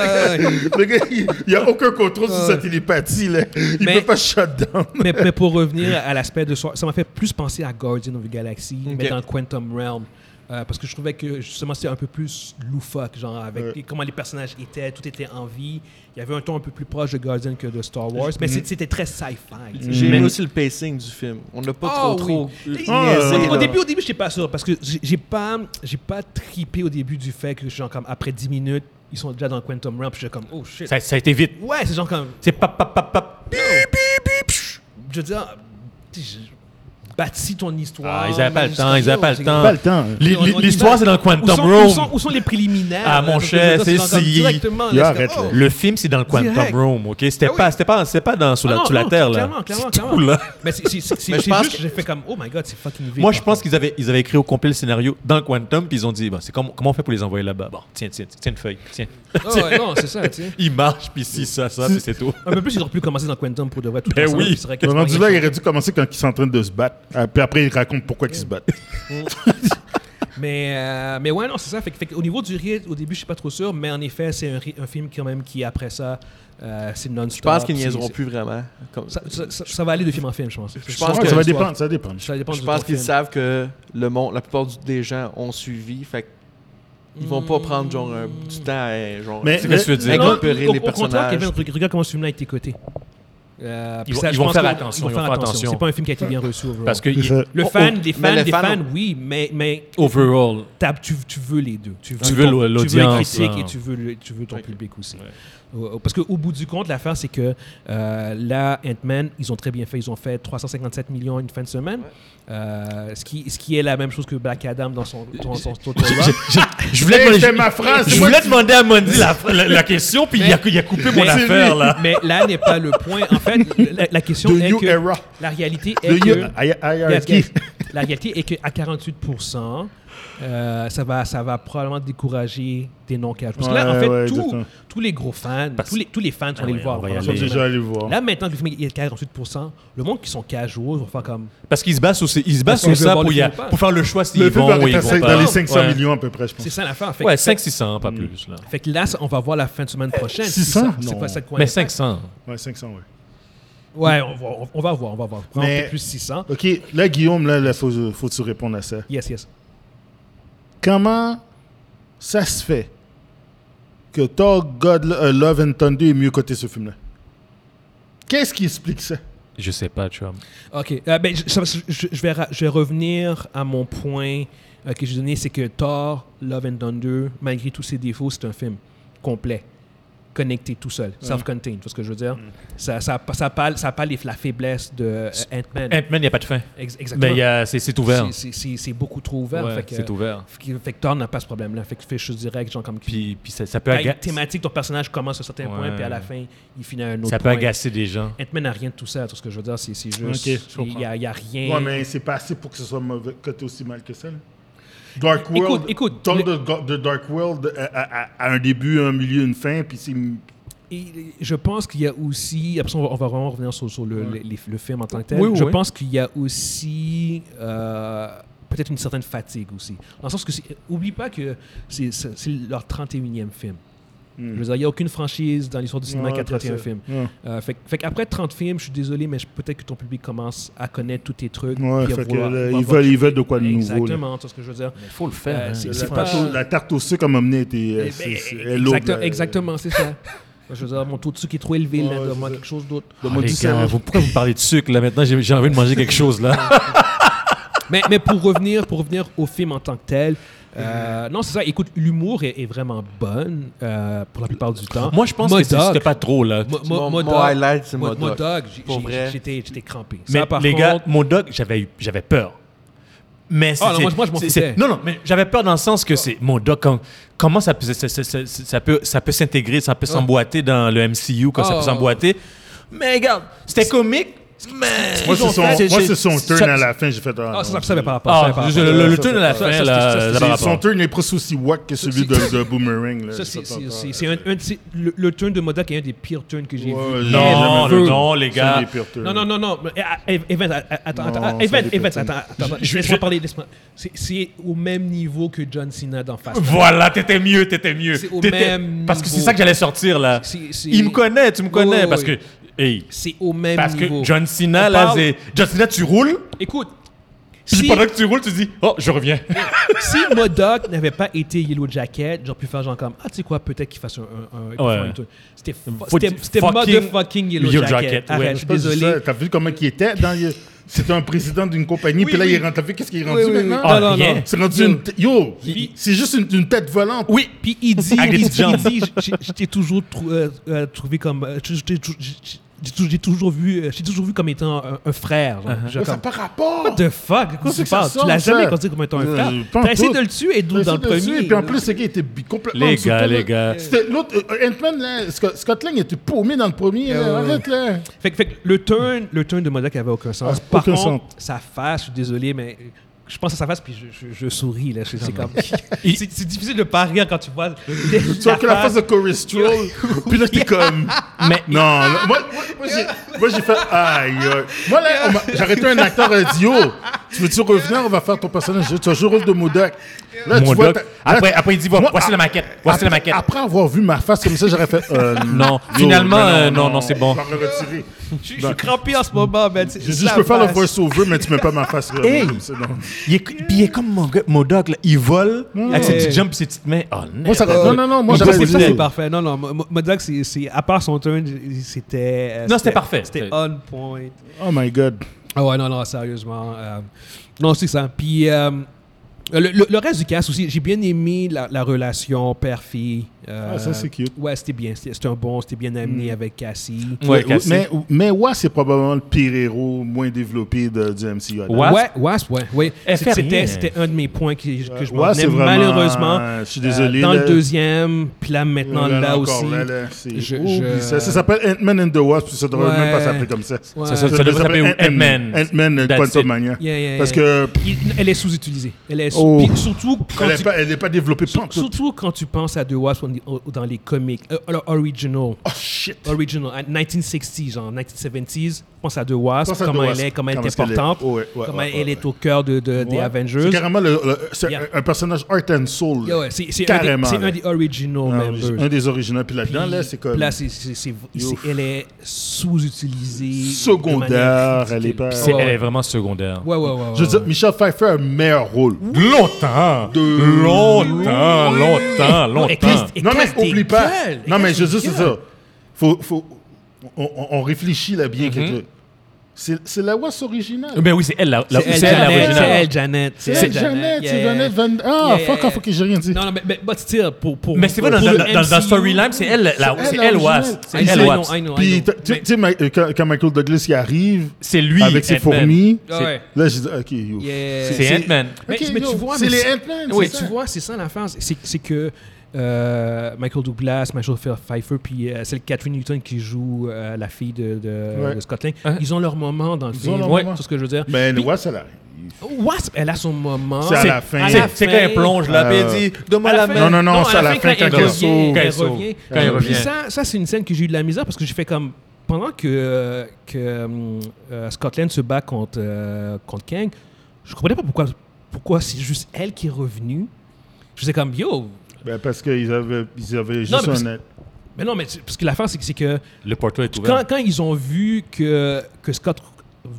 Le gars, il n'y a aucun contrôle sur
Ah,
sa
ouais.
télépathie. Là. Il
Mais-
peut pas shut down.
mais, mais pour revenir à l'aspect de soir, ça m'a fait plus penser à Guardian of the Galaxy, mais
Ok.
dans le Quantum Realm. Euh, parce que je trouvais que justement c'était un peu plus loufoque, genre avec comment les personnages étaient, tout était en vie. Il y avait un ton un peu plus proche de Guardian que de Star Wars, mais c'est- c'était très sci-fi. tu sais.
J'ai
Mm.
Mais-
aimé aussi le pacing du film. On n'a pas
Ah,
trop Euh,
oui.
trop.
Et-
Ah,
au-
oui,
au,
là.
début, au début, j'étais pas sûr parce que j'ai j'ai pas, j'ai pas tripé au début du fait que genre comme après 10 minutes, ils sont déjà dans le Quantum Realm, puis j'étais comme oh shit.
Ça, ça a été vite.
Ouais, c'est genre comme
C'est pap, pap, pap, pap.
je veux dire, tu sais, je- bâtis ton histoire.
Ah, ils avaient pas le
jusqu'à-
temps, ils avaient pas le
c'est-
temps.
Pas le temps. hein.
L-
On- on
l-
y
L'histoire,
va.
c'est dans le
Où sont,
Quantum
où,
Realm.
sont, où sont les préliminaires?
Ah,
là,
mon
parce que je veux
cher,
dire,
c'est
genre comme
si-
directement,
Yo,
là,
arrête,
c'est comme,
là.
oh.
Le film, c'est dans le Quantum
Direct.
Realm, OK? C'était pas, c'était pas, c'était pas dans, sous
Ah
la,
non,
sous la
non,
terre, là.
clairement, clairement,
C'est tout,
clairement.
là.
Mais c'est c'est- c'est-
Mais je
c'est
pense
juste,
que-
j'ai fait comme, oh my god, c'est fucking vite.
Moi, je
par
pense
contre.
qu'ils avaient, ils avaient écrit au complet le scénario dans le Quantum, puis ils ont dit, bon, c'est comme- comment on fait pour les envoyer là-bas? Bon, tiens, tiens, tiens une feuille, tiens.
Ah ouais, non, c'est ça, tu sais.
Ils marchent, puis si, ça, ça, puis c'est tout.
Un peu plus, ils auraient pu commencer dans Quantum pour de vrai tout
Ben
ensemble,
oui.
puis c'est vrai que
Le
tu
rendu
pourrais
là, il
rien
aurait dû commencer quand ils sont en train de se battre. Ah, Puis après, il raconte pourquoi ils se battent.
Mais, euh, mais ouais, non, c'est ça. Fait, que- fait que au niveau du rythme, au début, je suis pas trop sûr, mais en effet, c'est un, ry- un film quand même qui, après ça, euh, c'est non-stop.
Je pense qu'ils
c'est-
niaiseront
c'est-
plus vraiment. Comme-
Ça, ça- ça- ça va aller de film en film, je pense. Je
pense
Ouais,
que-
ça va dépendre, ça dépend.
Ça va dépendre
Je
de
pense
ton
qu'ils
film.
savent que le monde, la plupart du- des gens ont suivi. Fait que ils vont
Hmm.
pas prendre genre un- du temps à genre.
Mais-
C'est ce que tu veux dire.
Mais-
Non,
récupérer
au-
les
au contraire, Kevin,
personnages.
re- regarde comment ce film-là a été coté. Euh, puis
vont-
ça,
ils
je
vont
pense
faire
que-
attention, ils vont faire attention.
C'est pas un film qui a été bien reçu. overall.
Parce que,
C'est
il-
ça.
le
Oh,
fan,
oh,
des
mais
fans,
les
des
fans
fans,
ont-
oui, mais, mais
overall,
t'as- tu, tu veux les deux. Tu veux,
Tu veux
ton-
l'au-
Tu veux les
l'audience,
critiques
hein.
et tu veux, le- tu veux ton
Ouais.
public aussi.
Ouais.
Euh, Parce qu'au bout du compte, l'affaire, c'est que euh, là, Ant-Man, ils ont très bien fait. Ils ont fait 357 millions en une fin de semaine. Euh, ce, qui, ce qui est la même chose que Black Adam dans son, son, son- son- son-
j'ai- j'ai- je voulais,
Hey,
demander-
c'était ma phrase,
je
c'est moi
voulais
qui-
demander à Mondi la, la- la question, puis il, a, il a coupé mon
Mais-
affaire, là.
Mais là n'est pas le point. En fait, la, la question
oh. The
est
new
que
era.
la réalité est
The
que
new I-
Yes,
IRSD.
yes. la réalité est qu'à 48%, euh, ça, va, ça va probablement décourager des non-cash. Parce que là, en
Ouais,
fait,
ouais,
tous-
exactement.
tous les gros fans,
Parce-
tous les, tous les fans sont allés
ouais,
le voir.
on va y
pendant
Ils
aller.
la
sont
semaine.
déjà allés voir.
Là, maintenant que le film est à 48%, le monde qui sont casual va faire comme.
Parce qu'ils se basent sur, ces- ils se basent
Est-ce que
sur
je vais
ça
voir
pour,
le
y a-
film ou pas?
pour faire le choix s'ils
Le film
vont ou
doit
ils
être
vont
à-
pas.
dans les 500
Ouais.
millions à peu près, je pense.
C'est ça l'affaire. Fait, que-
Ouais,
fait,
500-600, pas plus, là.
fait que là, ça- on va voir la fin de semaine prochaine. si
600?
ça- C'est
Eh, Non.
pas ça de quoi
Mais
on est-
500.
Ouais, 500, ouais.
Ouais, on va, on va voir, on va voir. Prends
Mais-
peut-être plus 600.
OK, là, Guillaume, là, il faut, faut que tu répondes à ça.
Yes, yes.
Comment ça se fait que Thor, God, euh, Love and Thunder est mieux coté ce film-là? Qu'est-ce qui explique ça?
Je sais pas, Trump.
OK. Euh, ben, je, je- je- je vais, ra- je vais revenir à mon point euh, que j'ai donné, c'est que Thor, Love and Thunder, malgré tous ses défauts, c'est un film complet, connecté tout seul, self-contained, tu vois ce que je veux dire?
Mm.
Ça, ça, ça parle, ça parle des- la faiblesse de euh, Ant-Man.
Ant-Man, il n'y a pas de fin.
Ex-
Mais Ben, il y
exactement.
a- c'est- c'est ouvert.
C'est- c'est- C'est c'est beaucoup trop ouvert.
Ouais,
fait que-
C'est ouvert.
fait que- fait que Thor n'a pas ce problème-là. Fait que fait juste direct, genre comme...
Puis, puis ça, ça peut
t'as une
aga-
thématique, ton personnage commence à un certain point,
Ouais.
puis à la fin, il finit à un autre
ça peut
point.
agacer des gens.
Ant-Man n'a rien de tout ça, tu vois ce que je veux dire? C'est c'est
Ok, je
juste... Il n'y a, il y a rien...
Ouais, mais c'est pas assez pour que ce soit mauvais, coté aussi mal que ça. là. Dark
Écoute,
World,
écoute,
Thor
le-
de, Go- de Dark World euh, a, a- a un début, un milieu, une fin, puis c'est...
Et je pense qu'il y a aussi, après ça, on va, on va vraiment revenir sur, sur le, le- les- le film en tant que tel,
Oui, oui,
je
oui.
pense qu'il y a aussi euh, peut-être une certaine fatigue aussi. Dans le sens que, c'est- oublie pas que c'est c'est- c'est leur 31e film. Je veux dire, il n'y a aucune franchise dans l'histoire du cinéma qui a 31 films.
Hmm. Ouais.
Euh, fait, fait qu'après 30 films, je suis désolé, mais je- peut-être que ton public commence à connaître tous tes trucs.
Ouais,
puis à
fait que,
vouloir-
là,
vouloir
ils veulent- ils veulent de quoi de nouveau, là.
Exactement, tu vois ce que je veux dire.
Il faut le
faire, hein.
La,
C'est
tarte
pas-
au- la tarte au sucre m'a amené était... euh,
Eh ben,
c'est- c'est-
eh,
elle euh. l'autre,
exactement-
là.
exactement, c'est ça. Je veux dire, mon taux de sucre est trop élevé, là,
Ouais,
donne-moi
c'est ça.
quelque chose d'autre.
Donne-moi du sel.
vous, pourquoi vous parlez de sucre là maintenant J'ai j'ai envie de manger quelque chose là.
mais, mais pour revenir pour revenir au film en tant que tel
Mhm.
euh, non c'est ça écoute l'humour est, est vraiment bonne euh, pour la plupart du temps
Moi, je pense que c'est-
Modoc-
c'était pas trop là.
Mo- Mo-
Mon-
Modoc-
mon highlight, c'est
Mo-
Modoc.
Modoc, j'ai-
Pour
j'ai-
vrai.
j'étais j'étais crampé
Mais
ça par
les
contre
gars, mon doc, j'avais eu- j'avais peur. Mais
Ah, non,
c'est-
moi, moi, je m'en
c'est- c'est-
foutais.
Non, non, mais j'avais peur dans le sens que c'est mon doc. com- comment ça, peut- ça, ça- ça- ça peut ça peut s'intégrer, ça peut s'emboîter dans le MCU, comme ça
Ah.
peut s'emboîter. Mais regarde, c'était comique,
Moi, c'est son, moi, c'est son
c'est-
turn
ça-
à la fin. J'ai fait. Ah,
Ah,
non,
ça, je savais pas. pas,
Ah,
je savais pas,
je-
pas.
le, le
ça,
turn
ça,
à la
ça,
fin,
ça, ça,
là,
ça,
ça
ça,
va
c'est-
rapport.
Son turn est presque aussi wack que celui de, de Boomerang. Là.
Ça,
Je
c'est-
sais pas
c'est-
encore.
c'est- c'est un, un de ces- le, le turn de Modoc est un des pires turns que j'ai
Ouais,
vu.
j'ai
Non,
jamais
le-
vu.
non, les
C'est
gars.
des pires turns.
Non, non, non, non. mais, ah, ah, Event, ah, ah, attends,
Non,
attends.
ça
ah, Event,
dépend.
Event, attends, attends.
Je-
Laisse-moi
je-
parler, laisse-moi. C'est- C'est au même niveau que John Cena dans Fast.
Voilà, t'étais mieux, t'étais mieux.
C'est au
T'étais-
même
Parce que c'est
niveau.
ça que j'allais sortir, là.
C'est- c'est-
Il me connaît, tu me
Ouais,
connais,
ouais,
parce
ouais.
que... Hey,
C'est au même
parce
niveau.
que John Cena,
On
là,
parle-
c'est... John Cena, tu roules,
Écoute,
puis
si,
pendant que tu roules, tu dis « Oh, je reviens
si Modoc n'avait pas été Yellow Jacket, j'aurais pu faire genre comme Ah, tu sais quoi, peut-être qu'il fasse un. un, un- qu'il fasse un turn. C'était fo-
Faut-
c'était- c'était
fucking
motherfucking Yellow,
Yellow
Jacket.
Jacket, ouais.
Arrête,
Je
je suis
Pas juste
désolé.
ça, T'as vu comment il était dans le- C'était un président d'une
Oui,
compagnie, puis là,
oui.
il est rendu. T'as vu qu'est-ce qu'il est rendu
Oui, oui, oui.
maintenant?
Ah,
Non, non,
rien.
non.
C'est rendu une. t- Yo! C'est juste une, une tête volante.
Oui, puis il dit,
Avec des
il,
petites jambes.
il dit, j- j- je t'ai toujours trou- euh, euh, trouvé comme, euh, je- je t'ai tou- j- j- j'ai tou- j'ai toujours vu, euh, j'ai toujours vu comme étant un, un frère. genre.
Uh-huh.
Je comme,
Ouais, Ça n'a pas rapport!
What the fuck, de quoi
C'est
tu
que ça
parles
sort,
Tu l'as
ça.
jamais considéré comme étant un
Euh,
frère.
pas en
T'as essayé
tout.
de le tuer et d'où dans le
Essayez de suivre,
premier
Puis en plus, le gars était bi- complètement.
Les
en dessous de
gars,
toi,
les
là.
gars.
C'était l'autre. euh, Ant-Man, là, Scott, Scott Lang était paumé dans le premier. là.
Euh,
Arrête, là.
Fait, que- fait que le turn, le turn de Modoc avait aucun sens.
Ah,
Par
aucun
contre,
sens.
sa face, je suis désolé, mais je pense à sa face puis je, je- je souris là. C'est c'est comme, c'est c'est difficile de pas rire quand tu vois.
Tu vois que la face de Corey Stroll, puis là, t'es comme.
Mais-
Non, là, moi, moi, moi, j'ai- moi, j'ai fait. Aïe, aïe. Moi, là, on m'a- j'ai arrêté un acteur radio. Tu veux-tu revenir? On va faire ton personnage. Tu as joué le rôle de Modoc. Là,
Mon doc.
ta- là,
Après, après, il dit «
Moi,
Voici
à-
la maquette, voici la maquette.
Après avoir vu ma face comme ça, j'aurais fait. euh,
Non,
yo,
finalement,
mais
euh, non, non, c'est bon.
Je vais me retirer.
Je je suis crampé en ce moment, man.
Ben. J'ai dit, je peux faire le voice-over, mais tu mets pas ma face. là,
Hey.
comme ça, non.
Il est, puis il est comme mon, gars- Modoc, là. Il vole avec ses petites jambes et ses petites mains. Oh,
Moi, ça-
merde.
non, non, non, moi,
Il
Ça,
j'aurais
c'est
continue.
ça,
voulu.
c'est parfait. Non, non, Mo- Mo- Modoc, c'est, c'est- à part son turn, c'était. euh,
Non, c'était parfait.
C'était
C'était-
on point.
Oh my god.
Ah ouais, non, non, sérieusement. euh, non, c'est ça. Puis euh, le, le- le reste du cast aussi, j'ai bien aimé la, la relation père-fille. euh,
Ah, ça, c'est cute. Mm.
Ouais, c'était bien. C'était, c'était un bon, c'était bien amené avec Cassie.
Ouais,
Ouais,
cassé.
mais, mais Wa, c'est probablement le pire héros moins développé de, du MCU. à date.
Wasp?
Ouais, Wasp, ouais. ouais.
Elle
C'est-
fait rien.
C'était, c'était un de mes points qui- que, je m'en tenais,
Wasp, c'est vraiment- euh,
malheureusement. euh,
je suis désolé,
dans
là.
le deuxième, puis là, maintenant, là,
encore,
aussi.
là, là, c'est-
Je-
oublie
je-
Ça, ça s'appelle Ant-Man and the Wasp, puis ça devrait
Ouais.
même pas s'appeler comme ça.
Ouais.
Ça, ça- ça devrait s'appeler Ant-Man.
Ant-Man and
That's it.
Quantum Mania.
Yeah, yeah,
Parce
yeah.
que
Il- elle est sous-utilisée. Elle est sous-
Oh.
puis surtout quand
elle n'est
tu-
pas, elle est pas développée. pas en tout.
Surtout quand tu penses à The Wasp on- au- dans les comics, euh, alors original,
Oh shit.
original, à 1960s, genre 1970s, pense à The Wasp,
Pense à The
comment elle
Wasp.
est, comment elle
Comment
est
est-ce qu'elle est.
importante,
Ouais, ouais,
comment
ouais,
elle
ouais,
est au cœur de, de- des
Ouais.
Avengers.
C'est carrément le- le- c'est
Yeah.
un, un personnage art and soul.
Yeah,
là.
ouais, c'est c'est un, des-
Carrément,
c'est
là.
un des original
Un-
members.
Un des originaux. Puis là-dedans,
Puis
là, c'est comme.
là, c'est- c'est- c'est-
Yo.
c'est- elle est sous-utilisée. de
Secondaire,
manière
elle est
ridicule.
pas-
C'est-
Ouais,
Elle est
ouais,
vraiment secondaire.
ouais, ouais, ouais,
Je veux
ouais.
dire, Michel Pfeiffer a un meilleur rôle.
Longtemps. Longtemps,
Non,
longtemps,
et
longtemps.
Christ- et
Non, mais
Christ,
oublie
des
pas.
gueules, et
Non, mais
Christ,
je veux dire,
des
c'est ça. Faut, faut, on, on- on réfléchit là bien.
Mm-hmm.
quelque chose. C'est c'est la WAS originale.
Ben oui, c'est elle la, la,
C'est elle,
c'est elle, la
Janet. C'est
originale.
elle, Janet.
C'est Jeannette,
yeah,
c'est
yeah.
Jeannette Van. Ah,
Yeah,
fuck
yeah.
off, ok, j'ai rien dit.
Non, non, mais, mais but still, pour, pour,
Mais c'est vrai, dans,
pour
dans,
le
dans, dans la
MCU,
storyline, c'est elle, la,
elle,
c'est
la
elle,
originale.
Wasp.
I
C'est elle,
know,
Wasp.
I know, I
Puis
know.
tu- tu
Mais-
tu sais, Ma- euh, quand, quand Michael Douglas y arrive
C'est lui.
avec ses
Ant-Man.
fourmis,
Ah ouais.
là, j'ai dit, ok, yo.
Yeah.
C'est Ant-Man.
Mais,
Ok,
mais
yo,
tu vois,
c'est
mais
les
c'est-
Ant-Man.
Oui,
c'est
tu
ça.
vois, c'est ça l'affaire. C'est- C'est c'est que euh, Michael Douglas, Michael Pfe- Pfeiffer, puis euh, celle Catherine Newton qui joue euh, la fille de, de,
Ouais.
de Scott Lang,
Hein?
ils ont leur moment dans le
ont
film.
leur
Ouais,
moment.
C'est ce que je veux dire.
Mais le
Puis-
WAS, elle arrive.
Wasp, elle a son moment.
C'est à la fin.
à
C'est-
la
C'est quand
fin.
elle plonge là,
Euh,
puis elle dit Donne-moi
À la
la
fin-
main.
Non, non, non, c'est à la fin
elle
quand elle
revient,
sauve.
elle
Quand elle
revient.
sauve. Quand elle
Puis
revient.
ça, ça c'est une scène que j'ai eu de la misère parce que j'ai fait comme pendant que que hum, euh, Scott Lang se bat contre euh, contre Kang, je comprenais pas pourquoi pourquoi c'est juste elle qui est revenue. Je faisais comme yo.
Ben, parce qu'ils avaient, ils avaient juste
mais
un.
Mais non, mais c'est- parce que l'affaire c'est que c'est que
Le portrait est
quand,
ouvert.
quand ils ont vu que que Scott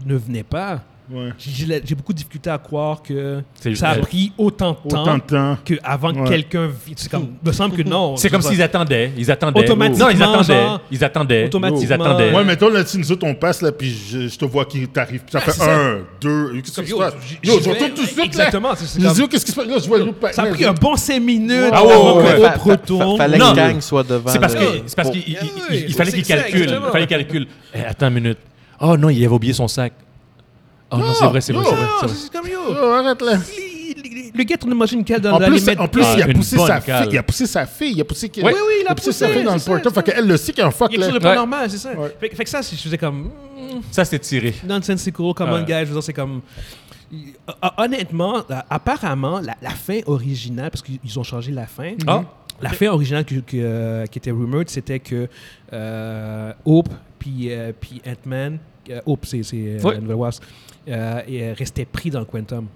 ne venait pas,
Ouais.
j'ai- j'ai la- j'ai beaucoup de difficulté à croire que
C'est juste
ça a
elle.
pris autant de temps.
Autant de temps.
que avant que
Ouais.
quelqu'un vive. C'est comme, me semble que non.
C'est comme s'ils attendaient. Ils attendaient.
Automatiquement,
Non, ils attendaient.
genre,
Ils attendaient. Ils
automatiquement.
attendaient.
Ouais,
Ouais, mettons là-dessus, nous autres, on passe là, puis je, je te vois qui t'arrive. Puis ça
Ouais,
fait
c'est ça.
un, deux. Qu'est-ce
Comme,
qui se
yo,
passe?
j-
Yo,
j'y
je
vais.
retourne tout de suite là.
Exactement, c'est- c'est
Je
comme-
dis, yo, qu'est-ce qui se passe? Là, je vois le
Ça a pris un bon 5 minutes
Ah
avant
ouais, ouais,
que
ouais.
le
Fa- fa-
proton.
fa- fallait
Non.
que Kang soit devant.
C'est parce
le-
que- c'est parce
pour-
qu'il il-
Ah oui,
il- il fallait
c'est
qu'il
ça,
calcule.
exactement.
Il fallait qu'il calcule. Eh, Attends une minute. Oh non, il avait oublié son sac. Oh non, c'est vrai, c'est vrai,
non,
c'est vrai, c'est
Non,
vrai.
Ah, c'est comme yo.
Oh, arrête là.
Le gars tourne une machine qu'elle dans
En
la
plus,
limite.
en plus
Ah,
il, a
une
poussé
bonne
sa
cale.
fille, il a poussé sa fille. Il a poussé.
Oui, oui, il a
poussé
poussé,
sa fille dans le
c'est ça,
portable.
c'est
Fait qu'elle le sait qu'il y a un fuck
Il y a
là.
quelque chose de
Ouais.
pas normal, c'est ça.
Ouais.
Fait, fait que ça, je faisais comme. hmm,
Ça, c'est tiré.
nonsensical, come on,
Ouais.
guys. Je veux dire, c'est comme. Hon- Honnêtement, euh, apparemment, la, la fin originale, parce qu'ils ont changé la fin. Mhm.
Ah.
La fin originale que- que, euh, qui était rumored, c'était que euh, Hope puis euh, puis Ant-Man, euh, Hope, c'est c'est, euh,
Oui.
la nouvelle Wasp, euh, et, euh, restait pris dans le Quantum.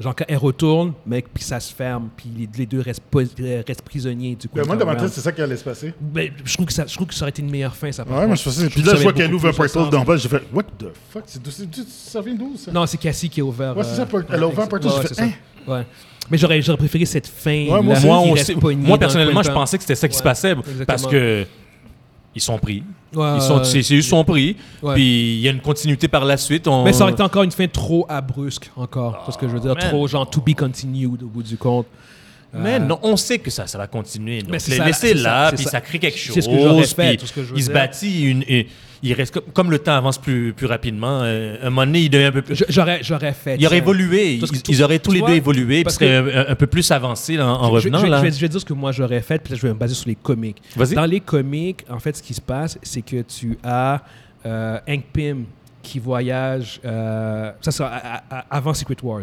Genre, quand elle retourne, mec, puis ça se ferme, puis les, les deux restent, pos- euh, restent prisonniers du
Mais
Quantum.
moi, dans ma
Realm.
tête, c'est ça qui allait se passer.
Ben, je, trouve que ça, je trouve que ça aurait été une meilleure fin, ça. par
Ouais, moi,
contre.
je pensais. Puis
trouve
là,
que
je
ça
vois
avait
qu'elle
beaucoup
ouvre un
plus de
portal
sens.
d'en bas, j'ai fait, what the fuck? C'est d'où- c'est d'où- Ça vient d'où, ça?
Non, c'est Cassie qui a ouvert.
Ouais, c'est
euh,
ça, elle a ouvert un portail,
Ouais,
tu
c'est
fais, hein?
ça. Ouais. Mais j'aurais j'aurais préféré cette fin.
moi
là,
aussi.
qui
Moi,
reste
aussi-
poignée
moi,
dans
personnellement,
le
je
coin de
pensais que c'était ça qui
Ouais,
se passait
exactement.
parce que ils sont pris.
temps. Ouais,
ils sont,
ouais,
c'est,
ouais.
c'est eux qui sont pris.
Ouais.
Puis il y a une continuité par la suite. On...
Mais ça aurait été encore une fin trop abrupte, encore. parce que je veux dire,
man.
trop genre to be continued au bout du compte.
Mais non, on sait que ça, ça va continuer. Donc,
Mais c'est
les
ça,
laisser
c'est ça,
là,
c'est
puis
ça.
ça crée quelque chose.
C'est ce que j'aurais fait,
puis
tout ce que je veux
il se
dire.
bâtit, une, et- il reste comme, comme le temps avance plus, plus rapidement. euh, un moment donné, il devient un peu plus.
Je- J'aurais j'aurais fait.
il aurait
tiens.
évolué.
Parce que
Ils,
tout-
ils auraient tous
tu
les
vois,
deux évolué, puis
parce
seraient un, un peu plus avancés là, en- en
Je- je-
revenant.
je,
là.
Je, vais, je vais dire ce que moi j'aurais fait, puis là, je vais me baser sur les comics.
Vas-y.
Dans les comics, en fait, ce qui se passe, c'est que tu as euh, Hank Pym qui voyage. euh, ça, c'est à- à- à- avant Secret Wars.